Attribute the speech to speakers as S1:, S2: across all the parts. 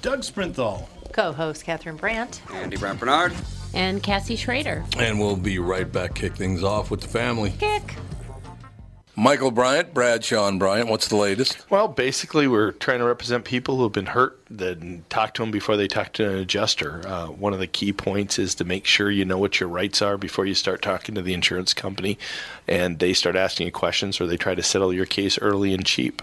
S1: Doug Sprinthal.
S2: co-host Catherine Brandt
S3: Andy Brant Bernard.
S2: and Cassie Schrader.
S4: and we'll be right back kick things off with the family.
S2: Kick.
S4: Michael Bryant, Brad Sean Bryant, what's the latest?
S1: Well, basically, we're trying to represent people who've been hurt, then talk to them before they talk to an adjuster. Uh, one of the key points is to make sure you know what your rights are before you start talking to the insurance company and they start asking you questions or they try to settle your case early and cheap.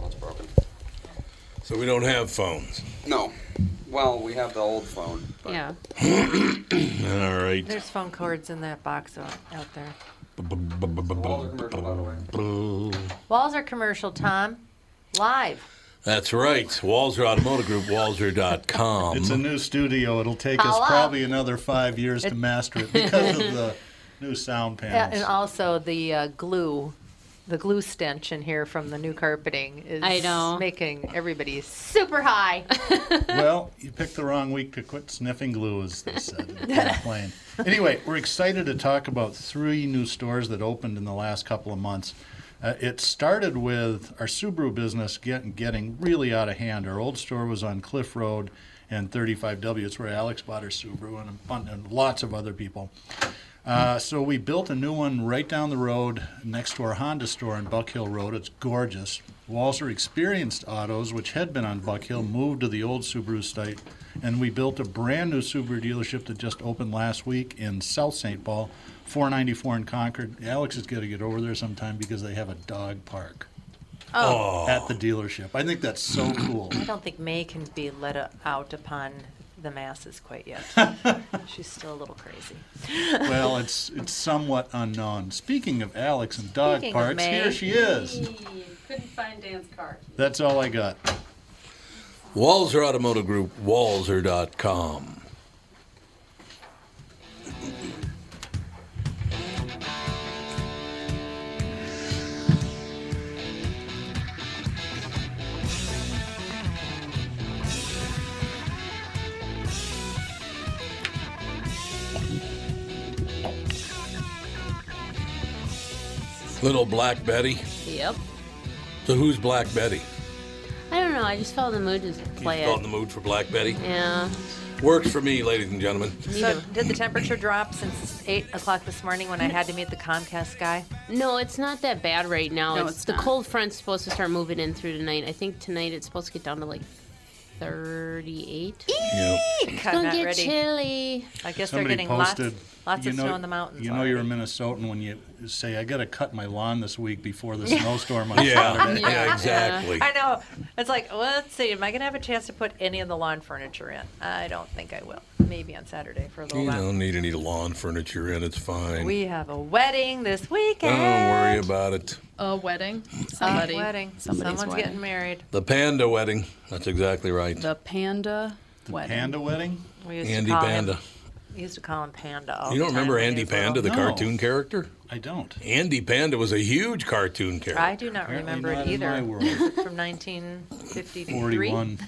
S3: That's broken.
S4: So we don't have phones.
S3: No. Well, we have the old phone. But
S2: Yeah,
S4: All right.
S2: there's phone cords in that box out, out there.
S3: Walls are commercial, by the way.
S2: Walls are commercial, Tom. Live.
S4: That's right. Walzer Automotive Group, walzer.com.
S5: It's a new studio. It'll take
S2: Call
S5: us
S2: up.
S5: probably another five years to master it because of the new sound
S2: Yeah,
S5: panels.
S2: and also the uh, glue, the glue stench in here from the new carpeting is
S6: I know.
S2: making everybody super high.
S5: well, you picked the wrong week to quit sniffing glue, as they said in the plane. Anyway, we're excited to talk about three new stores that opened in the last couple of months. Uh, it started with our Subaru business get, getting really out of hand. Our old store was on Cliff Road and 35W. It's where Alex bought her Subaru and, a bun- and lots of other people. Uh, so we built a new one right down the road next to our Honda store on Buck Hill Road. It's gorgeous. Walser Experienced Autos, which had been on Buck Hill, moved to the old Subaru site, and we built a brand new Subaru dealership that just opened last week in South St. Paul, 494 in Concord. Alex is going to get over there sometime because they have a dog park
S2: Oh.
S5: at the dealership. I think that's so cool.
S2: I don't think May can be let o- out upon the masses quite yet. She's still a little crazy.
S5: well, it's it's somewhat unknown. Speaking of Alex and dog
S2: Speaking of
S5: parks,
S2: May.
S5: here she is.
S6: Couldn't find Dan's car.
S5: That's all I got.
S4: Walzer Automotive Group, walzer.com. Little Black Betty.
S6: Yep.
S4: So who's Black Betty?
S6: I don't know. I just felt in the mood to play
S4: you
S6: it.
S4: felt in the mood for Black Betty.
S6: Oh, yeah.
S4: Works for me, ladies and gentlemen.
S2: So, did the temperature drop since eight o'clock this morning when I had to meet the Comcast guy?
S6: No, it's not that bad right now.
S7: No,
S6: it's,
S7: it's
S6: the
S7: not.
S6: cold front's supposed to start moving in through tonight. I think tonight it's supposed to get down to like 38. It's
S4: Yeah.
S2: It's
S6: gonna get chilly.
S2: I guess they're
S5: Somebody
S2: getting
S5: posted
S2: lots, Lots
S5: you
S2: of
S5: know-
S2: snow in the mountains.
S5: You know you're a
S2: already.
S5: Minnesotan when you say, "I got to cut my lawn this week before the snowstorm on
S4: Yeah.
S5: Saturday."
S4: Yeah, exactly.
S2: I know. It's like, well, let's see. Am I going to have a chance to put any of the lawn furniture in? I don't think I will. Maybe on Saturday for a little
S4: You
S2: while.
S4: don't need any lawn furniture in. It's fine.
S2: We have a wedding this weekend.
S4: don't worry about it.
S7: A wedding.
S2: A
S7: Somebody.
S2: wedding.
S7: Somebody's
S2: Someone's
S7: wedding.
S2: getting married.
S4: The panda wedding. That's exactly right.
S7: The panda wedding.
S5: Panda wedding?
S2: We used
S4: Andy
S2: to call
S4: Panda.
S2: Him, we used to call him Panda. All
S4: You
S2: the
S4: don't
S2: time
S4: remember
S2: when he
S4: Andy
S2: was
S4: Panda, the
S2: little.
S5: No.
S4: cartoon character?
S5: I don't.
S4: Andy Panda was a huge cartoon character.
S2: I do not
S5: Apparently
S2: remember
S5: not
S2: it
S5: in
S2: either.
S5: my world.
S2: From 1953.
S5: 41.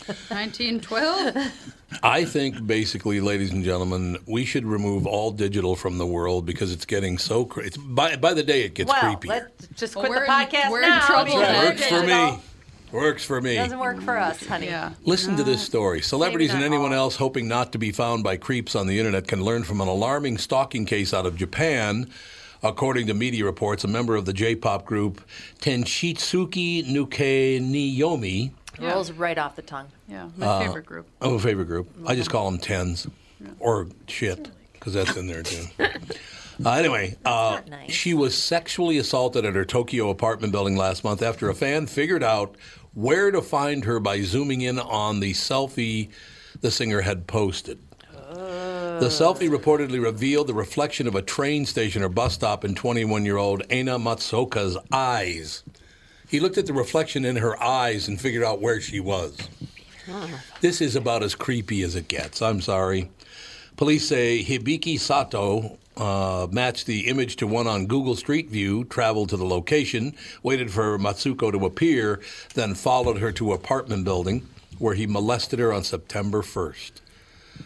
S7: 1912.
S4: I think basically, ladies and gentlemen, we should remove all digital from the world because it's getting so cre- it's by by the day it gets
S2: Well,
S4: creepier.
S2: let's just
S7: Well,
S2: quit
S7: we're
S2: the
S7: in-
S2: podcast
S7: we're in
S2: now.
S7: trouble then.
S2: because
S4: Works for me. Works for me.
S2: Doesn't work for us, honey.
S7: yeah.
S4: Listen to this story. Celebrities and
S2: not
S4: anyone
S2: all.
S4: else hoping not to be found by creeps on the internet can learn from an alarming stalking case out of Japan. According to media reports, a member of the J pop group Tenshitsuki Nuke Niyomi,
S7: Yeah.
S2: Rolls right off the tongue.
S7: Yeah. My
S5: Uh,
S7: favorite group. Mm-hmm.
S4: Oh, a favorite group. I just call them tens or shit because that's in there too. Uh, anyway, uh,
S2: not nice.
S4: she was sexually assaulted at her Tokyo apartment building last month after a fan figured out where to find her by zooming in on the selfie the singer had posted. The selfie reportedly revealed the reflection of a train station or bus stop in 21 year old Aina Matsuoka's eyes. He looked at the reflection in her eyes and figured out where she was. This is about as creepy as it gets. I'm sorry. Police say Hibiki Sato uh, matched the image to one on Google Street View, traveled to the location, waited for Matsuko to appear, then followed her to apartment building where he molested her on September 1st.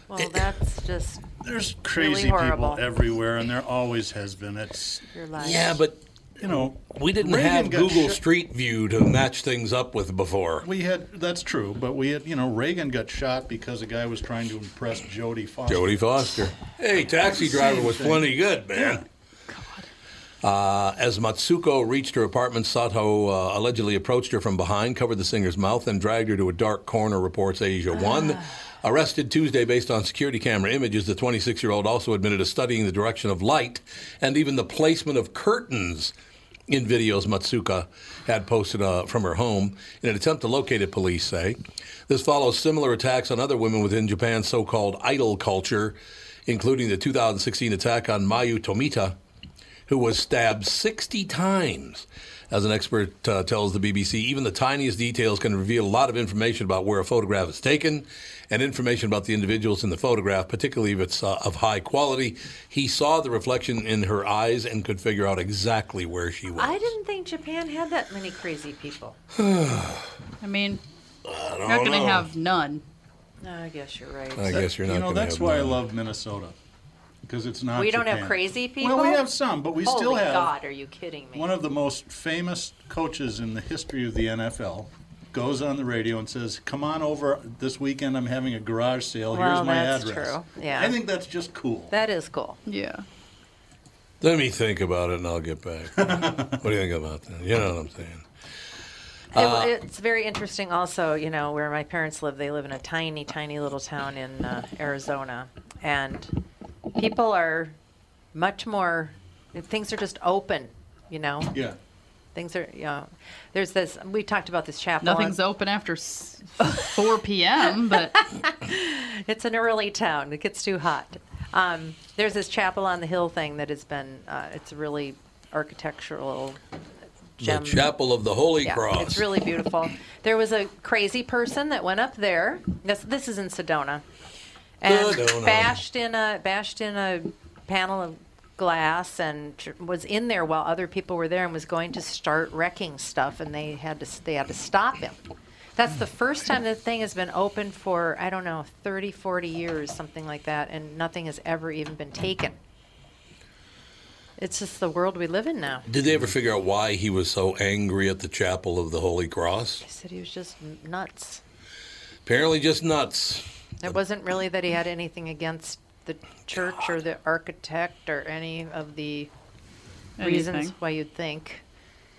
S2: Well, that's just
S5: There's
S2: Really
S5: crazy people
S2: horrible.
S5: everywhere, and there always has been. It's,
S2: your life.
S4: Yeah, but
S5: you know,
S4: we didn't
S5: Reagan
S4: have
S5: got
S4: Google
S5: shut-
S4: Street View to match things up with before.
S5: we had, that's true, but we had, you know, Reagan got shot because a guy was trying to impress Jodie Foster.
S4: Jodie Foster. Hey, taxi driver was plenty good, man. Uh, as Matsuko reached her apartment, Sato uh, allegedly approached her from behind, covered the singer's mouth, and dragged her to a dark corner, reports Asia 1. Arrested Tuesday based on security camera images, the 26 year old also admitted to studying the direction of light and even the placement of curtains in videos Matsuka had posted uh, from her home in an attempt to locate it, police say. This follows similar attacks on other women within Japan's so called idol culture, including the 2016 attack on Mayu Tomita, who was stabbed 60 times. As an expert uh, tells the BBC, even the tiniest details can reveal a lot of information about where a photograph is taken and information about the individuals in the photograph, particularly if it's uh, of high quality. He saw the reflection in her eyes and could figure out exactly where she was.
S2: I didn't think Japan had that many crazy people.
S7: I mean,
S4: I
S7: you're not
S4: don't
S7: going
S4: know.
S7: to have none.
S2: No, I guess you're right.
S4: I guess you're not
S5: you know,
S4: gonna
S5: that's
S4: have
S5: why I
S4: none.
S5: love Minnesota, because it's not
S2: we don't have
S5: Japan.
S2: crazy people.
S5: Well, we have some, but we
S2: Holy
S5: still have
S2: God, are you kidding me?
S5: one of the most famous coaches in the history of the NFL goes on the radio and says, "Come on over this weekend. I'm having a garage sale.
S2: Well,
S5: Here's my
S2: that's
S5: address."
S2: true. Yeah.
S5: I think that's just cool.
S2: that is cool.
S7: Yeah.
S4: Let me think about it and I'll get back. what do you think about that? You know what I'm saying?
S2: It-
S4: Uh,
S2: it's very interesting, also, you know, where my parents live. They live in a tiny, tiny little town in uh, Arizona, and people are much more. Things are just open, you know.
S5: yeah.
S2: Things are, you know. There's this. We talked about this chapel. on-
S7: Nothing's open after s- 4 p.m., but
S2: It's an early town. It gets too hot. Um, there's this chapel on the hill thing that has been. Uh, it's a really architectural gem.
S4: The Chapel of the Holy
S2: Yeah,
S4: Cross.
S2: it's really beautiful. There was a crazy person that went up there. This, this is in Sedona, and
S4: Sedona.
S2: bashed in a bashed in a panel of glass and tr- was in there while other people were there and was going to start wrecking stuff, and they had to s- they had to stop him. That's the first time the thing has been open for I don't know 30, 40 years, something like that, and nothing has ever even been taken. It's just the world we live in now.
S4: Did they ever figure out why he was so angry at the Chapel of the Holy Cross?
S2: He said he was just n- nuts.
S4: Apparently, just nuts.
S2: It wasn't really that he had anything against the church or the architect or any of the reasons
S7: anything.
S2: why you'd think.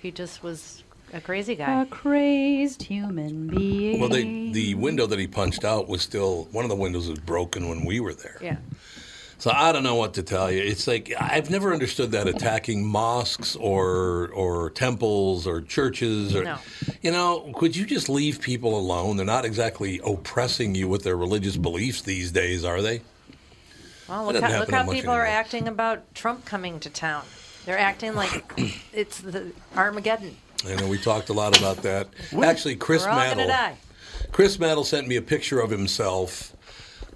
S2: He just was a crazy guy.
S7: A crazed human being.
S4: Well, they, the window that he punched out was still one of the windows was broken when we were there.
S2: yeah.
S4: So I don't know what to tell you. It's like I've never understood that attacking mosques or or temples or churches or
S2: No.
S4: you know, could you just leave people alone? They're not exactly oppressing you with their religious beliefs these days, are they?
S2: Well,
S4: That
S2: look
S4: doesn't
S2: how,
S4: happen
S2: look
S4: that
S2: how
S4: much
S2: people are
S4: anymore.
S2: acting about Trump coming to town. They're acting like it's the Armageddon.
S4: I know we talked a lot about that. Actually, Chris
S2: We're all going to
S4: Maddle.
S2: die.
S4: Chris Maddle sent me a picture of himself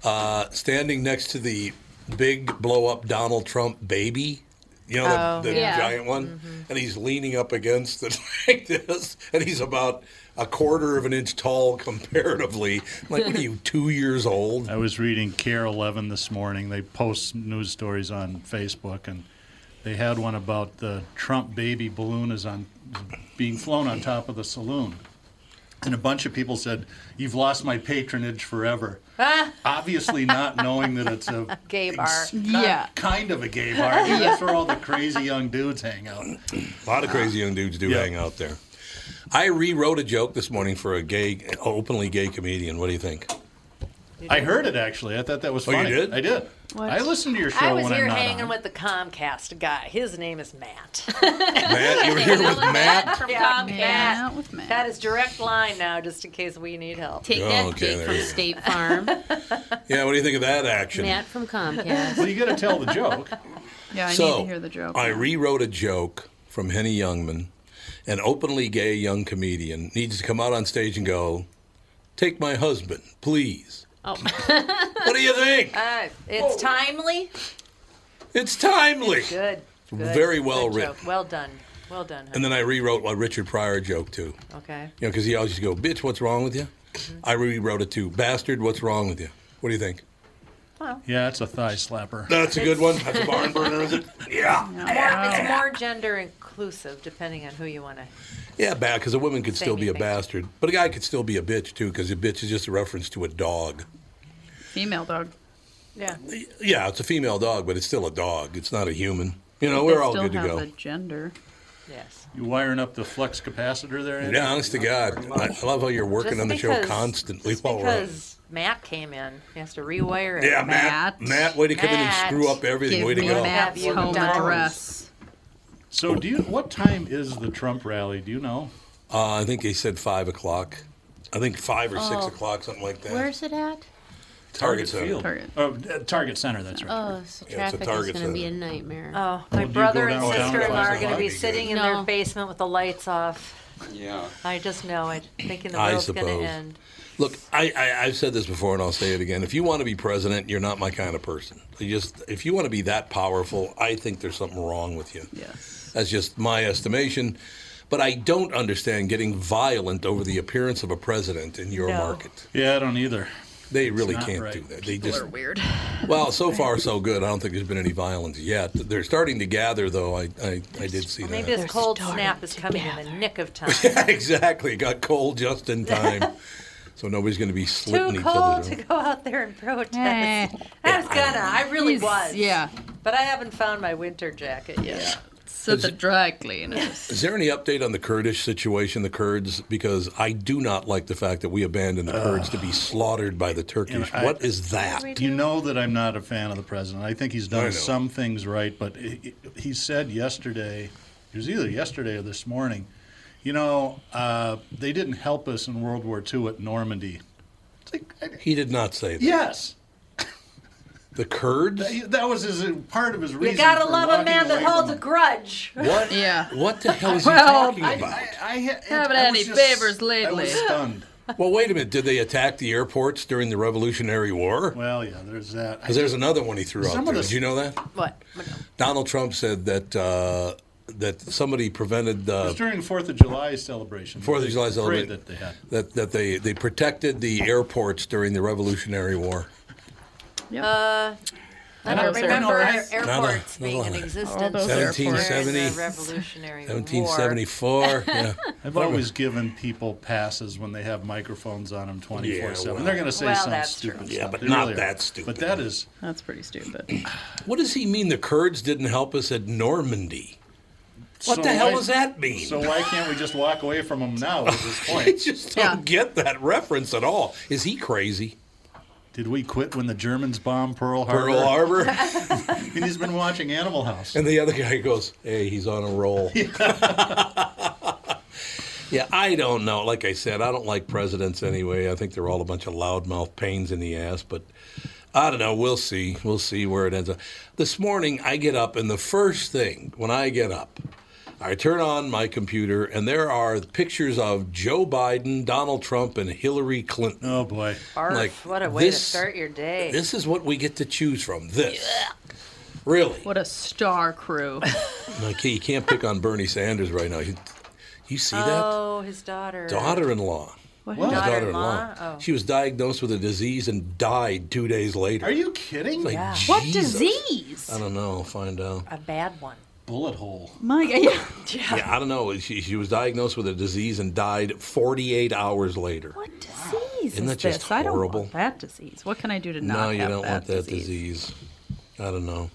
S4: uh, standing next to the big blow up Donald Trump baby. You know,
S2: Oh,
S4: the, the
S6: yeah.
S4: giant one? And he's leaning up against it like this. And he's about a quarter of an inch tall comparatively. I'm like, what are you, two years old?
S5: I was reading Care 11 this morning. They post news stories on Facebook, and they had one about the Trump baby balloon is on being flown on top of the saloon. And a bunch of people said, "You've lost my patronage forever." Obviously, not knowing that it's a
S2: Gay bar.
S5: not
S7: Yeah.
S5: kind of a gay bar. I mean, That's where all the crazy young dudes hang out.
S4: A lot of crazy young dudes do
S5: Yeah.
S4: hang out there. I rewrote a joke this morning for a gay, openly gay comedian. What do you think?
S5: I heard it actually. I thought that was
S4: Oh, you
S5: funny.
S4: did?
S5: I did. I listened to your show
S2: I was
S5: when
S2: here
S5: I'm not
S2: hanging
S5: on.
S2: with the Comcast guy. His name is Matt.
S4: Matt, you were here with Matt.
S6: From
S2: Yeah,
S6: Comcast.
S2: Matt.
S7: Out with Matt.
S2: That is direct line now, just in case we need help.
S6: Take
S4: Oh,
S6: that
S4: okay,
S6: Kate
S4: there
S6: from
S4: you go.
S6: State Farm.
S4: Yeah, what do you think of that action?
S6: Matt from Comcast.
S5: Well, you got to tell the joke.
S7: Yeah, I
S4: so
S7: need to hear the joke.
S4: I rewrote a joke from Henny Youngman, an openly gay young comedian needs to come out on stage and go, "Take my husband, please."
S6: Oh.
S4: what do you think?
S2: Uh, it's timely.
S4: It's timely.
S2: Good. good,
S4: Very well
S2: good
S4: written.
S2: joke. Well done. Well done.
S4: And then I rewrote a Richard Pryor joke too.
S2: hon. okay.
S4: You know, because he always used to go, "Bitch, what's wrong with you?"
S7: Mm-hmm.
S4: I rewrote it too. "Bastard, what's wrong with you?" What do you think?
S5: Yeah, it's a thigh slapper.
S4: That's a good one. That's a barn burner, is it? Yeah.
S2: It's more gender inclusive, depending on who you want to.
S4: Yeah, bad because a woman could still be a
S2: anything.
S4: bastard, but a guy could still be a bitch too because a bitch is just a reference to a dog.
S7: Female dog.
S2: Yeah.
S4: Yeah, it's a female dog, but it's still a dog. It's not a human. You know,
S7: They
S4: Oh, we're all
S7: still
S4: good to
S7: have
S4: go.
S7: a gender.
S2: Yes.
S5: You wiring up the flux capacitor there? Andy?
S4: Yeah, honest to God, I I love how you're working
S2: Just
S4: on the show
S2: because-
S4: constantly
S2: just
S4: while we're on.
S2: because Matt came in, he has to rewire it.
S4: Yeah, Matt.
S7: Matt.
S4: Matt, way to come in and
S2: Matt.
S4: screw up everything.
S7: Give
S4: way to
S7: me
S4: go.
S2: Matt.
S7: Matt's
S2: Have you
S7: home
S2: done-
S7: address.
S5: So, do you? What time is the Trump rally? Do you know?
S4: Uh, I think they said five o'clock. I think five or six o'clock, something like that.
S6: Where's it at?
S4: Target Center.
S7: Target.
S5: Oh, uh, Target Center. That's right.
S6: Oh, so
S4: Yeah, it's a
S6: traffic is
S4: target
S6: going to be a
S4: center.
S6: nightmare.
S2: Oh, my
S5: do you
S2: brother
S5: go
S2: and
S5: down-
S2: sister in law are
S4: down-
S2: going to be
S4: down-
S2: sitting in
S6: No.
S2: their basement with the lights off.
S3: Yeah.
S2: I just know it. Thinking the
S4: I
S2: world's going
S4: suppose.
S2: to end.
S4: Look, I, I, I've said this before, and I'll say it again. If you want to be president, you're not my kind of person. You just if you want to be that powerful, I think there's something wrong with you.
S7: Yes.
S4: That's just my estimation. But I don't understand getting violent over the appearance of a president in your
S2: No.
S4: market.
S5: Yeah, I don't either.
S4: They really
S5: not
S4: can't
S5: right.
S4: do that. They
S7: People
S4: just
S7: are weird.
S4: well, so far so good. I don't think there's been any violence yet. They're starting to gather, though. I I, I did see that.
S2: Maybe this cold snap is coming in the nick of time.
S4: exactly. It got cold just in time. so nobody's going to be slitting
S2: Too
S4: each
S2: cold
S4: other.
S2: to go out there and protest.
S7: Eh.
S2: I was gonna. I really was.
S7: Yeah.
S2: But I haven't found my winter jacket yet.
S7: So the dry cleaners.
S4: Is there any update on the Kurdish situation, the Kurds? Because I do not like the fact that we abandoned the Kurds to be slaughtered by the Turkish.
S5: I-
S4: what is that?
S5: You know that I'm not a fan of the president. I think he's
S4: I know.
S5: done some things right, but he, he said yesterday, it was either yesterday or this morning, you know, uh, they didn't help us in World War II at Normandy. It's like, I-
S4: He did not say that.
S5: yes,
S4: The Kurds?
S5: He- that was his, part of his
S2: You
S5: reason.
S2: gotta
S5: for
S2: love a
S5: walking
S2: man that
S5: away
S2: holds
S5: from-
S2: a grudge.
S4: What?
S7: Yeah.
S4: What the hell is
S7: Well,
S4: he talking about?
S5: I, I, I,
S7: Haven't
S5: I
S7: had
S5: was
S7: any
S5: just-
S7: favors
S5: I
S7: lately.
S5: was stunned.
S4: well, wait a minute. Did they attack the airports during the Revolutionary War?
S5: Well, yeah, there's that.
S4: Because there's another one he threw
S5: Some
S4: out
S5: of
S4: there.
S5: the-
S4: Did you know that?
S2: What?
S4: Donald Trump said that uh, that somebody prevented
S5: It
S4: uh,
S5: was during the Fourth of July celebration.
S4: Fourth of
S5: the
S4: July
S5: parade
S4: celebration.
S5: that they had.
S4: that that they they protected the airports during the Revolutionary War.
S7: Yep.
S2: I don't
S7: those
S2: remember
S5: airports.
S2: airports
S4: No, no,
S2: being
S4: no,
S2: in
S4: no.
S2: existence.
S7: All those
S2: during the
S4: 1770.
S2: Revolutionary War.
S4: 1774. yeah.
S5: I've always given people passes when they have microphones on them 24 7.
S4: well.
S5: They're going to say
S2: Well,
S5: some
S2: that's
S5: stupid
S2: true.
S5: stuff.
S4: Yeah, but
S5: They
S4: not
S5: are.
S4: that stupid.
S5: But that is,
S7: That's pretty stupid.
S4: What does he mean? The Kurds didn't help us at Normandy. What
S5: So
S4: the hell
S5: why-
S4: does that mean?
S5: So why can't we just walk away from them now at this
S4: I
S5: point?
S4: just don't
S7: Yeah.
S4: get that reference at all. Is he crazy?
S5: Did we quit when the Germans bombed Pearl Harbor?
S4: Pearl Harbor.
S5: and he's been watching Animal House.
S4: And the other guy goes, "Hey, he's on a roll." yeah, I don't know. Like I said, I don't like presidents anyway. I think they're all a bunch of loudmouth pains in the ass. But I don't know. We'll see. We'll see where it ends up. This morning, I get up, and the first thing when I get up, I turn on my computer, and there are pictures of Joe Biden, Donald Trump, and Hillary Clinton.
S5: Oh boy.
S2: Barf,
S4: Like,
S2: what a way to
S4: this-
S2: start your day.
S4: This is what we get to choose from. This. Really.
S7: What a star crew.
S4: Like, you can't pick on Bernie Sanders right now. You, you see
S2: oh, his daughter.
S4: that? Daughter-in-law.
S5: What?
S4: His
S2: Daughter-in-law? Oh.
S4: She was diagnosed with a disease and died two days later.
S5: Are you kidding?
S4: Like,
S7: What
S4: Jesus.
S7: disease?
S4: I don't know. Find out.
S2: A bad one.
S5: Bullet hole.
S7: My God, yeah.
S4: Yeah, I don't know. She, she was diagnosed with a disease and died 48 hours later.
S7: What disease
S4: Isn't
S7: is
S4: that just
S7: this? I don't
S4: horrible?
S7: want that disease. What can I do to not
S4: No, you
S7: have
S4: don't
S7: that
S4: want that
S7: disease?
S4: disease. I don't know.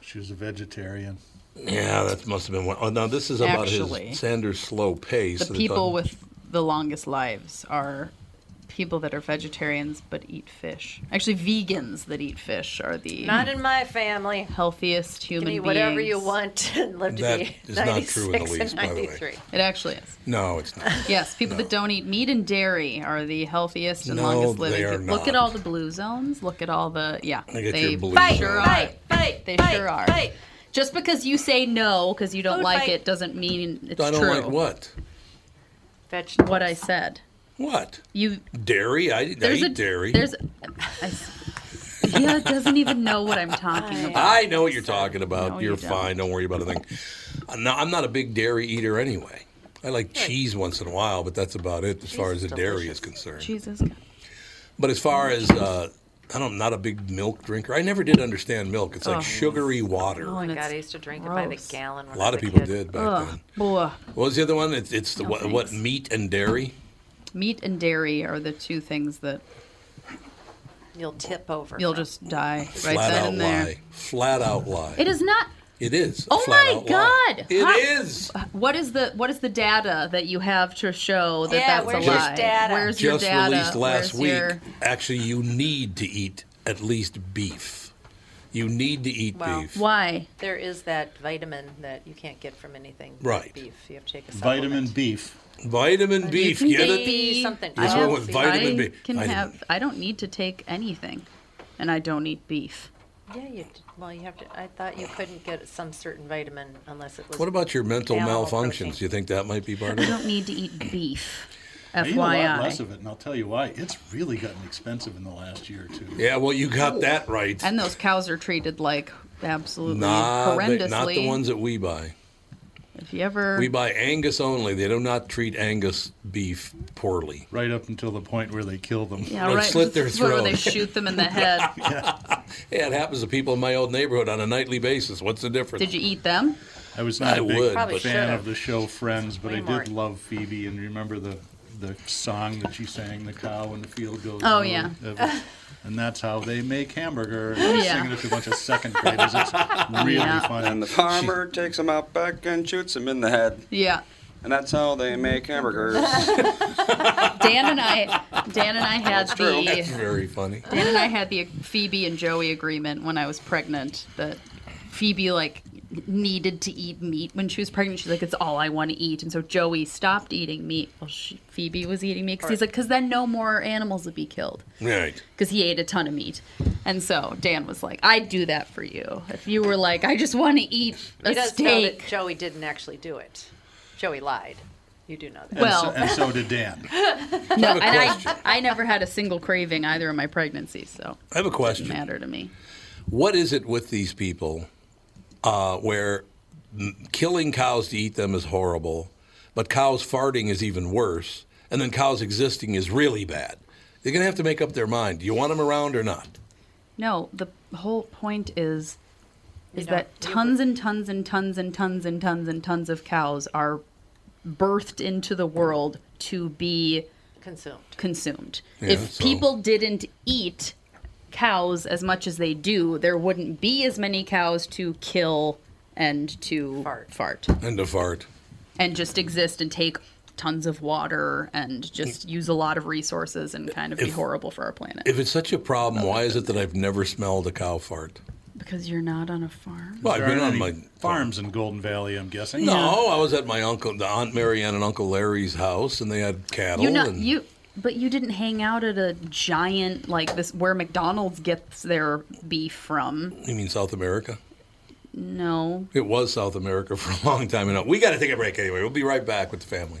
S5: She was a vegetarian.
S4: Yeah, that must have been one. Oh, now this is about
S7: Actually,
S4: his Sanders slow pace.
S7: The people with the longest lives are people that are vegetarians but eat fish. Actually, vegans that eat fish are the
S2: Not in my family.
S7: healthiest
S2: You
S7: human
S2: can eat
S7: beings.
S2: whatever you want and live to
S4: That
S2: be
S4: is not
S2: 96
S4: true in the least,
S2: and
S4: by the way.
S2: 93.
S7: It actually is.
S4: No, it's not.
S7: Yes, people that don't eat meat and dairy are the healthiest and
S4: No,
S7: longest
S4: they
S7: living.
S4: are
S7: people. Look at
S4: not.
S7: all the blue zones. Look at all the yeah.
S4: Look at
S7: they
S4: your blue
S2: Fight,
S7: sure
S4: zone.
S7: are.
S2: fight, fight.
S7: They
S2: fight,
S7: sure are.
S2: Fight.
S7: Just because you say no because you don't
S2: Food
S7: like
S2: fight.
S7: it doesn't mean it's
S4: I don't
S7: true.
S4: like what?
S2: Vegetables.
S7: What I said.
S4: What?
S7: You
S4: Dairy? I, I
S7: there's
S4: eat
S7: a
S4: dairy.
S7: There's. I s yeah, doesn't even know what I'm talking about.
S4: I know what you're talking about.
S7: No,
S4: you're
S7: you don't.
S4: fine. Don't worry about a thing. I'm not, I'm not a big dairy eater anyway. I like cheese once in a while, but that's about it as far
S2: Cheese
S4: as the
S2: is
S4: dairy
S2: delicious.
S4: is concerned.
S7: Jesus. God.
S4: But as far as uh, I don't, I'm not a big milk drinker. I never did understand milk. It's like
S7: Oh.
S4: sugary water.
S7: Oh,
S2: Oh
S7: and
S2: my God,
S7: it's
S2: I used to drink it by the
S7: gross.
S2: gallon. When
S4: a lot
S2: I
S4: of
S2: was
S4: people
S2: kid.
S4: did back
S7: Ugh,
S4: then.
S7: boy.
S4: What was the other one? It's, it's the
S7: No
S4: what, what
S7: thanks.
S4: meat and dairy.
S7: Meat and dairy are the two things that
S2: You'll tip over.
S7: you'll
S2: from.
S7: just die right
S4: Flat
S7: then
S4: out
S7: and there.
S4: lie. Flat out lie.
S7: It is not.
S4: It is. a
S7: Oh
S4: flat
S7: my
S4: out lie.
S7: God!
S4: It
S7: Hi-
S4: is.
S7: What is the what is the data that you have to show that
S2: Yeah,
S7: that's
S2: where's
S7: a
S2: your
S7: lie?
S2: data?
S7: Where's your
S4: Just
S7: data?
S4: released last
S7: Where's
S4: week.
S7: your-
S4: Actually, you need to eat at least beef. You need to eat
S2: Well,
S4: beef.
S7: Why?
S2: There is that vitamin that you can't get from anything. but
S4: Right.
S2: Beef. You have to take a supplement.
S5: Vitamin beef.
S4: Vitamin beef.
S7: can
S4: Get
S7: be-
S4: it?
S2: B something.
S4: This
S2: I
S4: one
S2: don't
S4: with
S2: see-
S4: vitamin
S7: I
S4: B.
S7: can
S4: Vitamin.
S7: have. I don't need to take anything, and I don't eat beef.
S2: Yeah, you. d- Well, you have to. I thought you couldn't get some certain vitamin unless it was.
S4: What about your mental
S2: Animal protein.
S4: malfunctions? Do you think that might be part
S7: I
S4: of it?
S7: don't need to eat beef.
S5: I eat a lot less
S7: FYI.
S5: of it, and I'll tell you why. It's really gotten expensive in the last year or two.
S4: Yeah, well, you got that right.
S7: And those cows are treated like absolutely
S4: Not the,
S7: horrendously. Er.
S4: not the ones that we buy.
S7: If you ever
S4: We buy Angus only. They do not treat Angus beef poorly.
S5: Right up until the point where they kill them.
S7: yeah,
S4: and
S7: right.
S4: slit their
S7: That's Where they
S4: throat.
S7: shoot them in the head.
S4: Yeah, it happens to people in my old neighborhood on a nightly basis. What's the difference?
S7: Did you eat them?
S5: I was not
S4: I
S5: a big
S4: would,
S2: Probably but-
S5: fan
S2: should've.
S5: of the show Friends, but
S2: Way
S5: I
S2: more-
S5: did love Phoebe. And remember the the song that she sang, "The cow in the field goes."
S7: Oh,
S5: moo."
S7: yeah.
S5: That was- and that's how they make hamburger. And she's
S7: Yeah.
S5: singing it to a bunch of second graders. It's really
S7: Yeah.
S3: And
S5: funny.
S3: the farmer takes him out back and shoots him in the head.
S7: Yeah.
S3: And that's how they make hamburgers.
S7: Dan and I, Dan and I had
S3: true.
S4: That's
S7: the
S4: very funny.
S7: Dan and I had the Phoebe and Joey agreement when I was pregnant that Phoebe like needed to eat meat when she was pregnant. She's like, it's all I want to eat, and so Joey stopped eating meat. Well, she, Phoebe was eating meat because he's like, because then no more animals would be killed
S4: Right.
S7: because he ate a ton of meat. And so Dan was like, I'd do that for you if you were like, I just want to eat
S2: He
S7: a
S2: does know that
S7: steak.
S2: Joey didn't actually do it. Joey lied. You do know that.
S7: Well-
S5: and, so, and so did Dan.
S7: No,
S4: a
S7: and I,
S4: question.
S7: I never had a single craving either in my pregnancy, so
S4: I have a
S7: it
S4: question.
S7: didn't matter to me.
S4: What is it with these people uh, where m- killing cows to eat them is horrible, but cows farting is even worse, and then cows existing is really bad? They're going to have to make up their mind. Do you want them around or not?
S7: No, the whole point is is
S2: don't-
S7: that tons and tons and tons and tons and tons and tons of cows are birthed into the world to be
S2: Consumed.
S7: consumed.
S4: Yeah,
S7: if
S4: so-
S7: people didn't eat cows as much as they do, there wouldn't be as many cows to kill and to
S2: Fart.
S7: fart
S4: And to fart.
S7: and just exist and take tons of water and
S4: Mm.
S7: just use a lot of resources and kind of be horrible for our planet.
S4: If it's such a problem, why is it that I've never smelled a cow fart?
S7: because you're not on a farm.
S4: Well, I've
S5: There
S4: been
S5: aren't
S4: on my
S5: any farms in Golden Valley, I'm guessing.
S4: No, I was at my uncle, the Aunt Marianne and Uncle Larry's house, and they had cattle.
S7: You know
S4: and
S7: you but you didn't hang out at a giant like this where McDonald's gets their beef from.
S4: you mean South America?
S7: No.
S4: It was South America for a long time. And we got to take a break anyway. We'll be right back with the family.